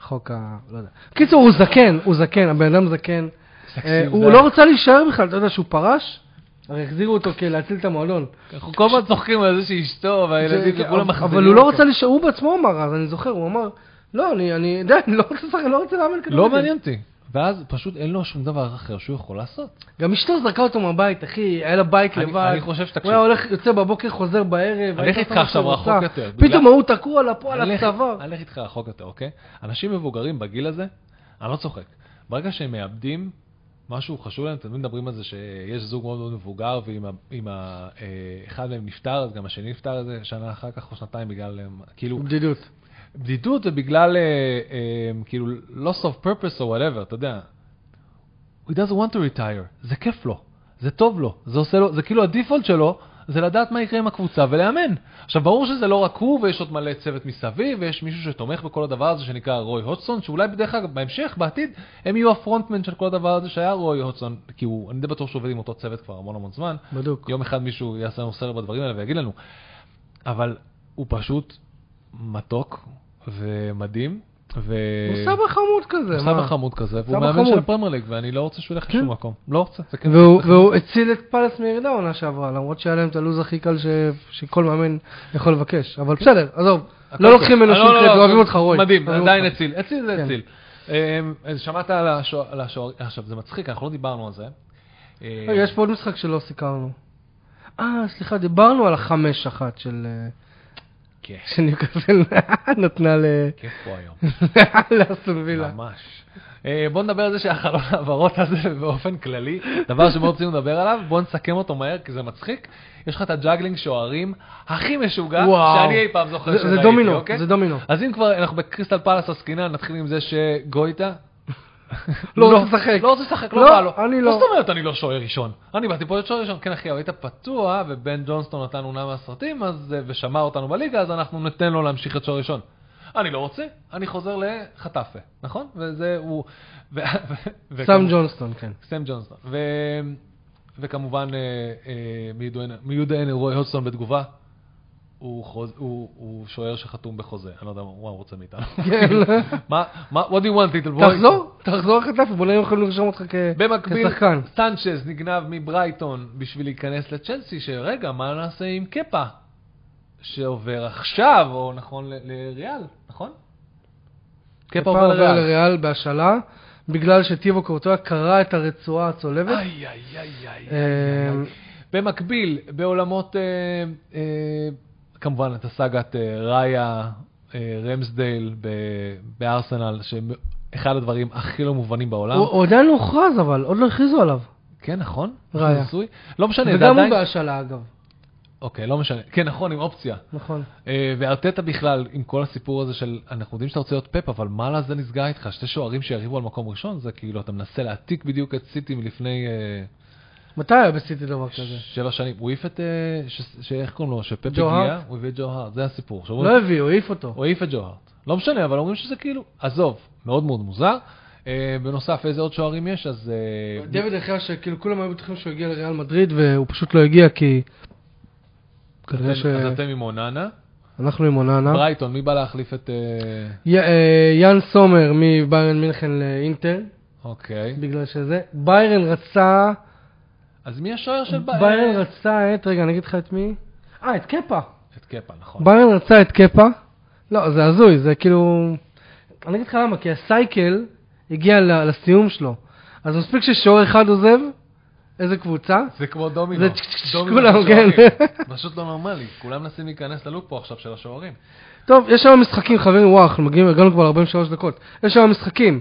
[SPEAKER 1] חוק ה... לא יודע. קיצור, הוא זקן, הוא זקן, הבן אדם זקן.
[SPEAKER 2] תקשיב,
[SPEAKER 1] אה,
[SPEAKER 2] זה
[SPEAKER 1] הוא
[SPEAKER 2] היה-
[SPEAKER 1] לא רצה להישאר בכלל, אתה יודע שהוא פרש? הרי החזירו אותו כדי להציל את המועדון.
[SPEAKER 2] אנחנו כל הזמן צוחקים על זה שאשתו והילדים
[SPEAKER 1] זה-
[SPEAKER 2] וכולם מחזירים
[SPEAKER 1] אבל הוא לא
[SPEAKER 2] אותו.
[SPEAKER 1] רצה להישאר, הוא בעצמו אמר, אז אני זוכר, הוא אמר, לא, אני, אני, די, אני לא רוצה לשחק, אני לא רוצה לאמן כדורגל.
[SPEAKER 2] לא מעניין אותי. ואז פשוט אין לו שום דבר אחר שהוא יכול לעשות.
[SPEAKER 1] גם אשתו זרקה אותו מהבית, אחי, היה לה בית
[SPEAKER 2] אני-
[SPEAKER 1] לבד.
[SPEAKER 2] אני חושב שתקשיב.
[SPEAKER 1] הוא היה הולך, יוצא בבוקר, חוזר בערב.
[SPEAKER 2] אני
[SPEAKER 1] היה
[SPEAKER 2] אלך
[SPEAKER 1] עושה
[SPEAKER 2] איתך
[SPEAKER 1] מה
[SPEAKER 2] עכשיו
[SPEAKER 1] שהוא
[SPEAKER 2] רחוק
[SPEAKER 1] רוצה.
[SPEAKER 2] יותר, בגלל-
[SPEAKER 1] פתאום ההוא תקוע לה פה על
[SPEAKER 2] אני אלך-
[SPEAKER 1] הצוואר.
[SPEAKER 2] אני אלך איתך רחוק יותר, אוקיי? אנשים מבוגרים בגיל הזה, אני לא צוחק, ברגע שהם מאבדים משהו חשוב להם, תמיד מדברים על זה שיש זוג מאוד מאוד מבוגר, ואם ה- אם ה- אה, אחד מהם נפטר, אז גם השני נפטר איזה שנה אחר כך או שנתיים בגלל, אה, כאילו,
[SPEAKER 1] בדידות.
[SPEAKER 2] בדידות זה בגלל, אה, אה, כאילו, loss of purpose או whatever, אתה יודע. He doesn't want to retire, זה כיף לו, זה טוב לו, זה עושה לו, זה כאילו הדיפולט שלו, זה לדעת מה יקרה עם הקבוצה ולאמן. עכשיו, ברור שזה לא רק הוא, ויש עוד מלא צוות מסביב, ויש מישהו שתומך בכל הדבר הזה שנקרא רוי הודסון, שאולי בדרך אגב, בהמשך, בעתיד, הם יהיו הפרונטמן של כל הדבר הזה שהיה רוי הודסון, כי הוא, אני די בטוח שהוא עובד עם אותו צוות כבר המון המון זמן.
[SPEAKER 1] בדוק.
[SPEAKER 2] יום אחד מישהו יעשה לנו סרט בדברים האלה ויגיד לנו. אבל הוא פשוט מתוק ומדהים. ו...
[SPEAKER 1] הוא סבא חמוד כזה.
[SPEAKER 2] אה, הוא סבא
[SPEAKER 1] מה?
[SPEAKER 2] חמוד כזה, והוא
[SPEAKER 1] סבא
[SPEAKER 2] מאמן של
[SPEAKER 1] חמוד.
[SPEAKER 2] הפרמייר ליג, ואני לא רוצה שהוא ילך
[SPEAKER 1] כן.
[SPEAKER 2] לשום מקום. לא רוצה. זה כן.
[SPEAKER 1] והוא והוא הציל את פלס מירידה עונה שעברה, למרות שהיה להם את הלו"ז הכי קל ש- שכל מאמן יכול לבקש. אבל בסדר, עזוב,
[SPEAKER 2] כן. הכל
[SPEAKER 1] לא
[SPEAKER 2] טוב.
[SPEAKER 1] לוקחים ממנו
[SPEAKER 2] אה,
[SPEAKER 1] שום
[SPEAKER 2] לא, לא,
[SPEAKER 1] קרדיט,
[SPEAKER 2] לא,
[SPEAKER 1] אוהבים
[SPEAKER 2] זה-
[SPEAKER 1] אותך רוי.
[SPEAKER 2] מדהים,
[SPEAKER 1] אוהבים
[SPEAKER 2] עדיין
[SPEAKER 1] אותך.
[SPEAKER 2] הציל, הציל זה
[SPEAKER 1] כן.
[SPEAKER 2] הציל. אמ, אז שמעת על השוע- על השוער, עכשיו זה מצחיק, אנחנו לא דיברנו על זה. אמ,
[SPEAKER 1] רגע, יש פה עוד משחק שלא סיקרנו. אה, סליחה, דיברנו על החמש אחת של... אה,
[SPEAKER 2] כיף,
[SPEAKER 1] שניוקאסל נתנה ל-
[SPEAKER 2] כיף פה היום.
[SPEAKER 1] לאסטון וילה.
[SPEAKER 2] ממש. אה, בוא נדבר על זה שהחלון העברות הזה באופן כללי, דבר שמאוד רצינו לדבר עליו, בוא נסכם אותו מהר כי זה מצחיק. יש לך את הג'אגלינג שוערים הכי משוגע
[SPEAKER 1] וואו.
[SPEAKER 2] שאני אי פעם זוכר
[SPEAKER 1] זה-
[SPEAKER 2] שראיתי,
[SPEAKER 1] זה דומינו,
[SPEAKER 2] אוקיי?
[SPEAKER 1] זה דומינו.
[SPEAKER 2] אז אם כבר אנחנו בקריסטל פלאס עסקינן, נתחיל עם זה שגויטה...
[SPEAKER 1] לא רוצה לשחק.
[SPEAKER 2] לא רוצה לשחק, לא
[SPEAKER 1] לא,
[SPEAKER 2] בא לו.
[SPEAKER 1] אני
[SPEAKER 2] מה
[SPEAKER 1] לא.
[SPEAKER 2] זאת אומרת אני לא שוער ראשון? אני באתי פה להיות שוער ראשון. כן אחי, אבל היית פצוע, ובן ג'ונסטון נתן עונה מהסרטים, אז, אה, ושמע אותנו בליגה, אז אנחנו ניתן לו להמשיך את שוער ראשון. אני לא רוצה, אני חוזר לחטאפה, נכון? וזה הוא... ו- ו- ו-
[SPEAKER 1] סאם ג'ונסטון, כן.
[SPEAKER 2] סם ג'ונסטון. ו... וכמובן, אה, אה, מיודעין- מיודעין רוי הודסון בתגובה. הוא, חוז... הוא, הוא שוער שחתום בחוזה, אני לא יודע מה הוא רוצה מאיתנו.
[SPEAKER 1] כן.
[SPEAKER 2] מה, מה, what do you want, little boy?
[SPEAKER 1] תחזור, תחזור חטף, בוא נראה אם יכולים לרשום אותך כ-
[SPEAKER 2] במקביל,
[SPEAKER 1] כשחקן.
[SPEAKER 2] סנצ'ז נגנב מברייטון בשביל להיכנס לצ'לסי, שרגע, מה נעשה עם קפה? שעובר עכשיו, או נכון, ל- לריאל, נכון? קפה עובר לריאל.
[SPEAKER 1] לריאל בהשאלה, בגלל שטיבו קורטויה קרע את הרצועה הצולבת.
[SPEAKER 2] איי, איי, איי, איי, איי.
[SPEAKER 1] אמ,
[SPEAKER 2] במקביל, בעולמות, אה, אה, כמובן, את הסאגת אה, ראיה, אה, רמסדייל ב- בארסנל, שאחד הדברים הכי לא מובנים בעולם.
[SPEAKER 1] הוא הוא עדיין לא הוכרז אבל, עוד לא הכריזו עליו.
[SPEAKER 2] כן, נכון?
[SPEAKER 1] ראיה.
[SPEAKER 2] נשוי? לא משנה, זה
[SPEAKER 1] וגם הוא
[SPEAKER 2] עדיין...
[SPEAKER 1] בהשאלה אגב,
[SPEAKER 2] אוקיי, לא משנה. כן, נכון, עם אופציה.
[SPEAKER 1] נכון.
[SPEAKER 2] אה, וארטטה בכלל, עם כל הסיפור הזה של, אנחנו יודעים שאתה רוצה להיות פאפ, אבל מה לזה נסגר איתך? שתי שוערים שיריבו על מקום ראשון, זה כאילו, אתה מנסה להעתיק בדיוק את סיטי מלפני אה,
[SPEAKER 1] מתי היה בסיטי דבר כזה?
[SPEAKER 2] שבע שנים. הוא העיף את, אה, ש- ש- איך קוראים לו? שפאפ
[SPEAKER 1] ג'ו
[SPEAKER 2] הגיע,
[SPEAKER 1] הארט?
[SPEAKER 2] הוא הביא את ג'ו הארט, זה הסיפור. שאומרים-
[SPEAKER 1] לא הביאו, העיף אותו.
[SPEAKER 2] הוא העיף את ג'ו הארט. לא משנה, אבל אומרים שזה כאילו, עזוב, מאוד מאוד מוזר. אה, בנוסף, איזה עוד שוערים יש? אז... אה,
[SPEAKER 1] דוד אחר שכאילו כולם היו בטוחים שהוא הגיע לריאל מדריד והוא פשוט לא הגיע כי... כנראה אה?
[SPEAKER 2] אז אתם עם אוננה.
[SPEAKER 1] שאנחנו עם אוננה.
[SPEAKER 2] ברייטון, מי בא להחליף את... אה,
[SPEAKER 1] י- אה, יאן סומר מביירן מינכן לאינטר,
[SPEAKER 2] אוקיי.
[SPEAKER 1] בגלל שזה. ביירן רצה...
[SPEAKER 2] אז מי השוער של ב-
[SPEAKER 1] ביירן רצה את... רגע, אני אגיד לך את מי? אה, את קפה.
[SPEAKER 2] את קפה, נכון.
[SPEAKER 1] ביירן רצה את קפה. לא, זה הזוי, זה כאילו... אני אגיד לך למה, כי הסייקל הגיע ל- לסיום שלו. אז מספיק ששוער אחד עוזב, איזה קבוצה?
[SPEAKER 2] זה כמו דומינו.
[SPEAKER 1] זה צ'ק צ'ק צ'ק,
[SPEAKER 2] דומינו
[SPEAKER 1] כולם,
[SPEAKER 2] השוערים.
[SPEAKER 1] כן.
[SPEAKER 2] פשוט לא נורמלי. כולם מנסים להיכנס ללופ פה עכשיו של השוערים.
[SPEAKER 1] טוב, יש היום משחקים, חברים, וואו, אנחנו מגיעים, הגענו כבר ל-43 דקות. יש היום משחקים.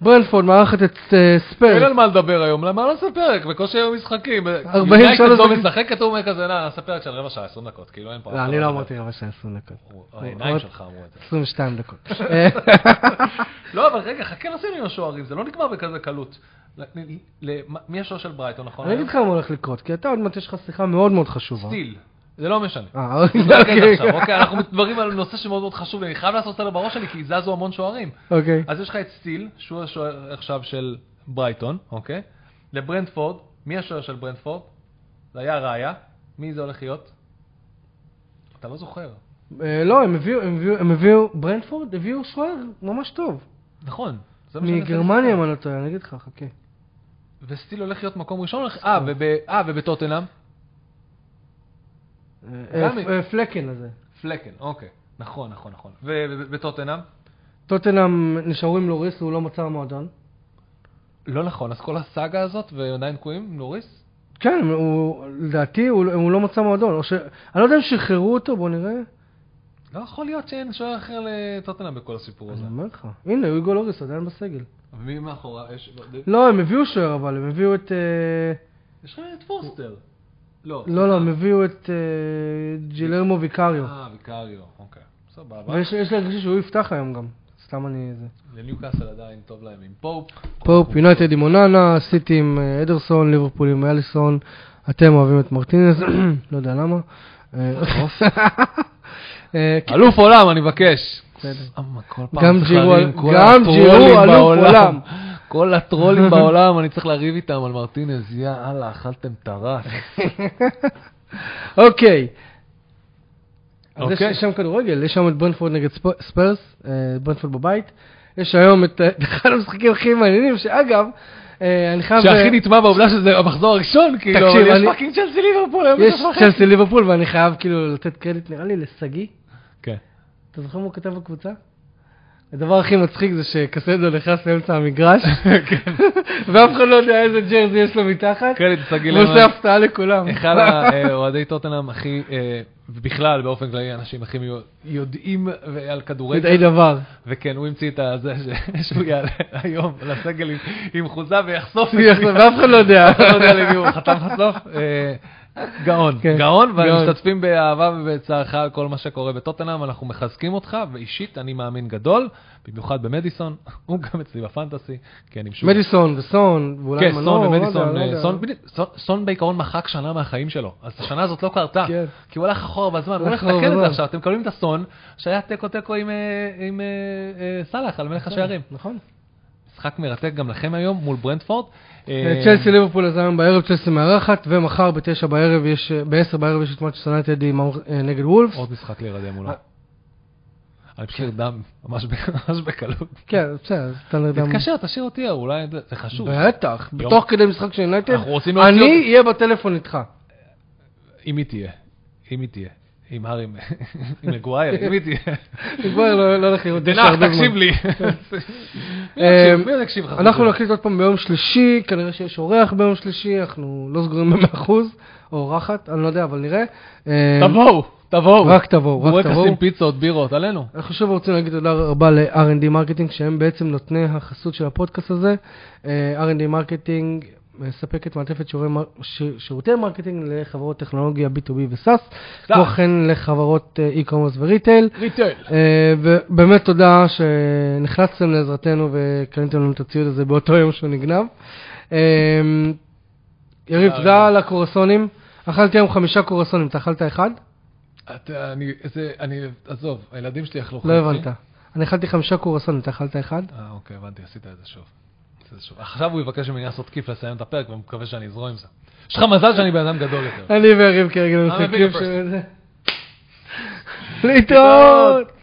[SPEAKER 1] ברנפורד מארחת את אה,
[SPEAKER 2] אין על
[SPEAKER 1] ספרס.
[SPEAKER 2] מה לדבר היום, למה לא נעשה פרק? בקושי היו משחקים.
[SPEAKER 1] 43
[SPEAKER 2] יונייטד לא
[SPEAKER 1] דקות.
[SPEAKER 2] משחק, אתה אומר כזה, "נא, נעשה פרק של רבע שעה, 20 דקות. כאילו אין פה... אף
[SPEAKER 1] לא,
[SPEAKER 2] אחד
[SPEAKER 1] אני לא
[SPEAKER 2] מדבר.
[SPEAKER 1] אמרתי רבע שעה 20 דקות.
[SPEAKER 2] העיניים
[SPEAKER 1] עוד-
[SPEAKER 2] שלך אמרו את זה.
[SPEAKER 1] 22 דקות. אה,
[SPEAKER 2] לא, אבל רגע, חכה נשים עם השוערים, זה לא נגמר בכזה קלות. ל- ל- ל- מה- מי השוער של ברייטון, נכון?
[SPEAKER 1] אני אגיד לך מה הולך לקרות, כי אתה עוד מעט יש לך שיחה מאוד מאוד חשובה.
[SPEAKER 2] סטיל. זה לא משנה.
[SPEAKER 1] אה, אוקיי.
[SPEAKER 2] נתרכז עכשיו, אוקיי? אנחנו מדברים על נושא שמאוד מאוד חשוב לי, אני חייב לעשות סדר בראש שלי, כי זזו המון שוערים.
[SPEAKER 1] אוקיי.
[SPEAKER 2] אז יש לך את סטיל, שהוא השוער עכשיו של ברייטון, אוקיי? לברנדפורד, מי השוער של ברנדפורד? זה היה ראיה. מי זה הולך להיות? אתה לא זוכר.
[SPEAKER 1] אה, לא, הם הביאו, הם הביאו, הם הביאו, ברנפורד הביאו שוער ממש טוב.
[SPEAKER 2] נכון. זה מה שאני מנסה
[SPEAKER 1] מגרמניה, אם
[SPEAKER 2] לזכור.
[SPEAKER 1] אני לא טועה, אני אגיד לך, חכה.
[SPEAKER 2] וסטיל הולך להיות מקום ראשון? הולך- אה, וב- אה, ובטוטנאם?
[SPEAKER 1] אה, אה,
[SPEAKER 2] רמי.
[SPEAKER 1] אה, פלקן הזה.
[SPEAKER 2] פלקן, אוקיי. נכון, נכון, נכון. ובטוטנאם?
[SPEAKER 1] טוטנאם נשארו עם לוריס והוא לא מצא המועדון.
[SPEAKER 2] לא נכון, אז כל הסאגה הזאת, ועדיין תקועים, נוריס?
[SPEAKER 1] כן, הוא, לדעתי הוא, הוא לא מצא מועדון. או ש... אני לא יודע אם שחררו אותו, בוא נראה.
[SPEAKER 2] לא יכול להיות שאין שוער אחר לטוטנאם בכל הסיפור הזה.
[SPEAKER 1] אני אומר לך. הנה, הוא יגאל לוריס עדיין בסגל.
[SPEAKER 2] מי מאחוריו? יש
[SPEAKER 1] לא, הם הביאו שוער, אבל הם הביאו את... אה,
[SPEAKER 2] יש לך את פוסטר. לא.
[SPEAKER 1] לא, לא, הם הביאו את אה, ג'ילרמו ויקריו.
[SPEAKER 2] אה, ויקריו, אוקיי. סבבה.
[SPEAKER 1] ויש יש לי הרגשה שהוא יפתח היום גם. סתם אני... זה.
[SPEAKER 2] לניוקאסל עדיין טוב להם עם פופ.
[SPEAKER 1] פופ, יונייטד עם אוננה, סיטי עם אה, אדרסון, ליברפול עם אליסון, אתם אוהבים את מרטינז, לא יודע למה. אה, אה, כן,
[SPEAKER 2] אלוף עולם, אני מבקש.
[SPEAKER 1] בסדר.
[SPEAKER 2] אמה, כל
[SPEAKER 1] גם
[SPEAKER 2] פעם צריך
[SPEAKER 1] ג'ירו-
[SPEAKER 2] לריב עם כל
[SPEAKER 1] גם ג'ירו
[SPEAKER 2] הטרולים
[SPEAKER 1] אלוף
[SPEAKER 2] בעולם.
[SPEAKER 1] עולם.
[SPEAKER 2] כל הטרולים בעולם, אני צריך לריב איתם על מרטינז, יאללה, אכלתם טרס.
[SPEAKER 1] אוקיי. אז יש
[SPEAKER 2] אוקיי.
[SPEAKER 1] שם כדורגל, יש שם את ברנפורד נגד ספ- ספרס, אה, ברנפורד בבית. יש היום את אה, אחד המשחקים הכי מעניינים, שאגב, אה, אני חייב...
[SPEAKER 2] שהכי נטמע בעובדה שזה המחזור הראשון, כאילו,
[SPEAKER 1] תקשיב,
[SPEAKER 2] אבל יש
[SPEAKER 1] אני-
[SPEAKER 2] פאקינג צ'לסי ליברפול היום
[SPEAKER 1] יש
[SPEAKER 2] בסוף החצי.
[SPEAKER 1] צ'לסי ליברפול, ואני חייב כאילו לתת קרדיט, נראה לי, לשגיא.
[SPEAKER 2] כן.
[SPEAKER 1] אתה זוכר מה הוא כתב בקבוצה? הדבר הכי מצחיק זה שקסדו נכנס לאמצע המגרש,
[SPEAKER 2] כן.
[SPEAKER 1] ואף אחד לא יודע איזה ג'רזי יש לו מתחת,
[SPEAKER 2] קרדיט סגי
[SPEAKER 1] והוא עושה הפתעה לכולם.
[SPEAKER 2] כן, אחד האוהדי טוטנאם הכי, אה, ובכלל באופן כללי, האנשים הכי מיו- יודעים ו- על
[SPEAKER 1] מדי
[SPEAKER 2] כדורגל,
[SPEAKER 1] דבר.
[SPEAKER 2] וכן, הוא המציא את הזה ש- שהוא יעלה היום לסגל עם- עם חוזה ויחשוף את מי-
[SPEAKER 1] ואף אחד לא יודע.
[SPEAKER 2] אתה לא יודע למי הוא חתם חשוף. אה, גאון,
[SPEAKER 1] כן,
[SPEAKER 2] גאון,
[SPEAKER 1] גאון.
[SPEAKER 2] ומשתתפים באהבה ובצערך על כל מה שקורה בטוטנאם, אנחנו מחזקים אותך, ואישית אני מאמין גדול, במיוחד במדיסון, הוא גם אצלי בפנטסי, כי אני משוגע.
[SPEAKER 1] מדיסון וסון, ואולי
[SPEAKER 2] כן,
[SPEAKER 1] מנור,
[SPEAKER 2] סון
[SPEAKER 1] לא
[SPEAKER 2] ומדיסון,
[SPEAKER 1] יודע, לא
[SPEAKER 2] אה,
[SPEAKER 1] יודע.
[SPEAKER 2] סון בדיוק- סון- סון בעיקרון מחק שנה מהחיים שלו, אז השנה הזאת לא קרתה,
[SPEAKER 1] כן.
[SPEAKER 2] כי הוא הלך אחורה בזמן, הוא הולך
[SPEAKER 1] הלך אחורה
[SPEAKER 2] לתקן את זה
[SPEAKER 1] בזמן.
[SPEAKER 2] עכשיו, אתם מקבלים את הסון, שהיה תיקו תיקו עם, אה, עם אה, אה, סאלח על מלך השערים.
[SPEAKER 1] נכון.
[SPEAKER 2] משחק מרתק גם לכם היום מול ברנדפורד. אה,
[SPEAKER 1] צ'לסי ליברפול אז היום בערב, צ'לסי מארחת, ומחר בתשע בערב יש, אה, בעשר בערב יש את מאצ'ס יונייטד עם האור- אה, נגד וולפס.
[SPEAKER 2] עוד משחק להירדם מולה.
[SPEAKER 1] אה.
[SPEAKER 2] אני פשוט נרדם ממש ב- ממש בקלות.
[SPEAKER 1] כן, בסדר, אז אתה לא יודע. מה-
[SPEAKER 2] תתקשר, תשאיר אותי, אה, אולי זה זה חשוב.
[SPEAKER 1] בטח,
[SPEAKER 2] יום. נכון.
[SPEAKER 1] תוך כדי משחק של יונייטד,
[SPEAKER 2] אנחנו רוצים להוציא
[SPEAKER 1] אני
[SPEAKER 2] אותך.
[SPEAKER 1] אהיה בטלפון איתך.
[SPEAKER 2] אם היא תהיה, אם היא תהיה. עם הארי, עם מגווייר, אם היא תהיה.
[SPEAKER 1] אני כבר לא לא הולך לראות דשא
[SPEAKER 2] תנח,
[SPEAKER 1] הרבה זמן.
[SPEAKER 2] תקשיב לי.
[SPEAKER 1] אה,
[SPEAKER 2] מי עוד יקשיב לך?
[SPEAKER 1] אנחנו נקליט עוד פעם ביום שלישי, כנראה שיש אורח ביום שלישי, אנחנו לא סגורים ב-100%, או אורחת, אני לא יודע, אבל נראה. אה,
[SPEAKER 2] תבואו, תבואו.
[SPEAKER 1] רק תבואו, רק תבואו.
[SPEAKER 2] בורקסים, פיצות, בירות, עלינו.
[SPEAKER 1] אנחנו שוב רוצים להגיד תודה רבה ל-R&D מרקטינג, שהם בעצם נותני החסות של הפודקאסט הזה. אה, R&D מרקטינג מספקת מעטפת שיעורי מר- ש- שירותי מרקטינג לחברות טכנולוגיה B2B ו-SAS,
[SPEAKER 2] לא.
[SPEAKER 1] כמו כן לחברות אה, e-commerce וריטייל.
[SPEAKER 2] ריטייל.
[SPEAKER 1] אה, ובאמת תודה שנחלצתם לעזרתנו וקניתם לנו את הציוד הזה באותו יום שהוא נגנב. אה, יריב,
[SPEAKER 2] תודה
[SPEAKER 1] תודה
[SPEAKER 2] רבה.
[SPEAKER 1] על הקורסונים. אכלתי היום חמישה קורסונים, אתה אכלת אחד?
[SPEAKER 2] אתה- אני, זה, אני, עזוב, הילדים שלי אכלו
[SPEAKER 1] לא
[SPEAKER 2] חצי.
[SPEAKER 1] הבנת. אני אכלתי חמישה קורסונים, אתה אכלת אחד?
[SPEAKER 2] אה, אוקיי, הבנתי, עשית את זה שוב. עשית את זה שוב. עכשיו הוא יבקש ממני לעשות כיף לסיים את הפרק, ואני מקווה שאני אזרום עם זה. יש לך מזל שאני בן אדם גדול יותר. לא,
[SPEAKER 1] אני ויריב כרגע
[SPEAKER 2] I'm a bigger
[SPEAKER 1] משחקים
[SPEAKER 2] person.
[SPEAKER 1] ש... להתראות!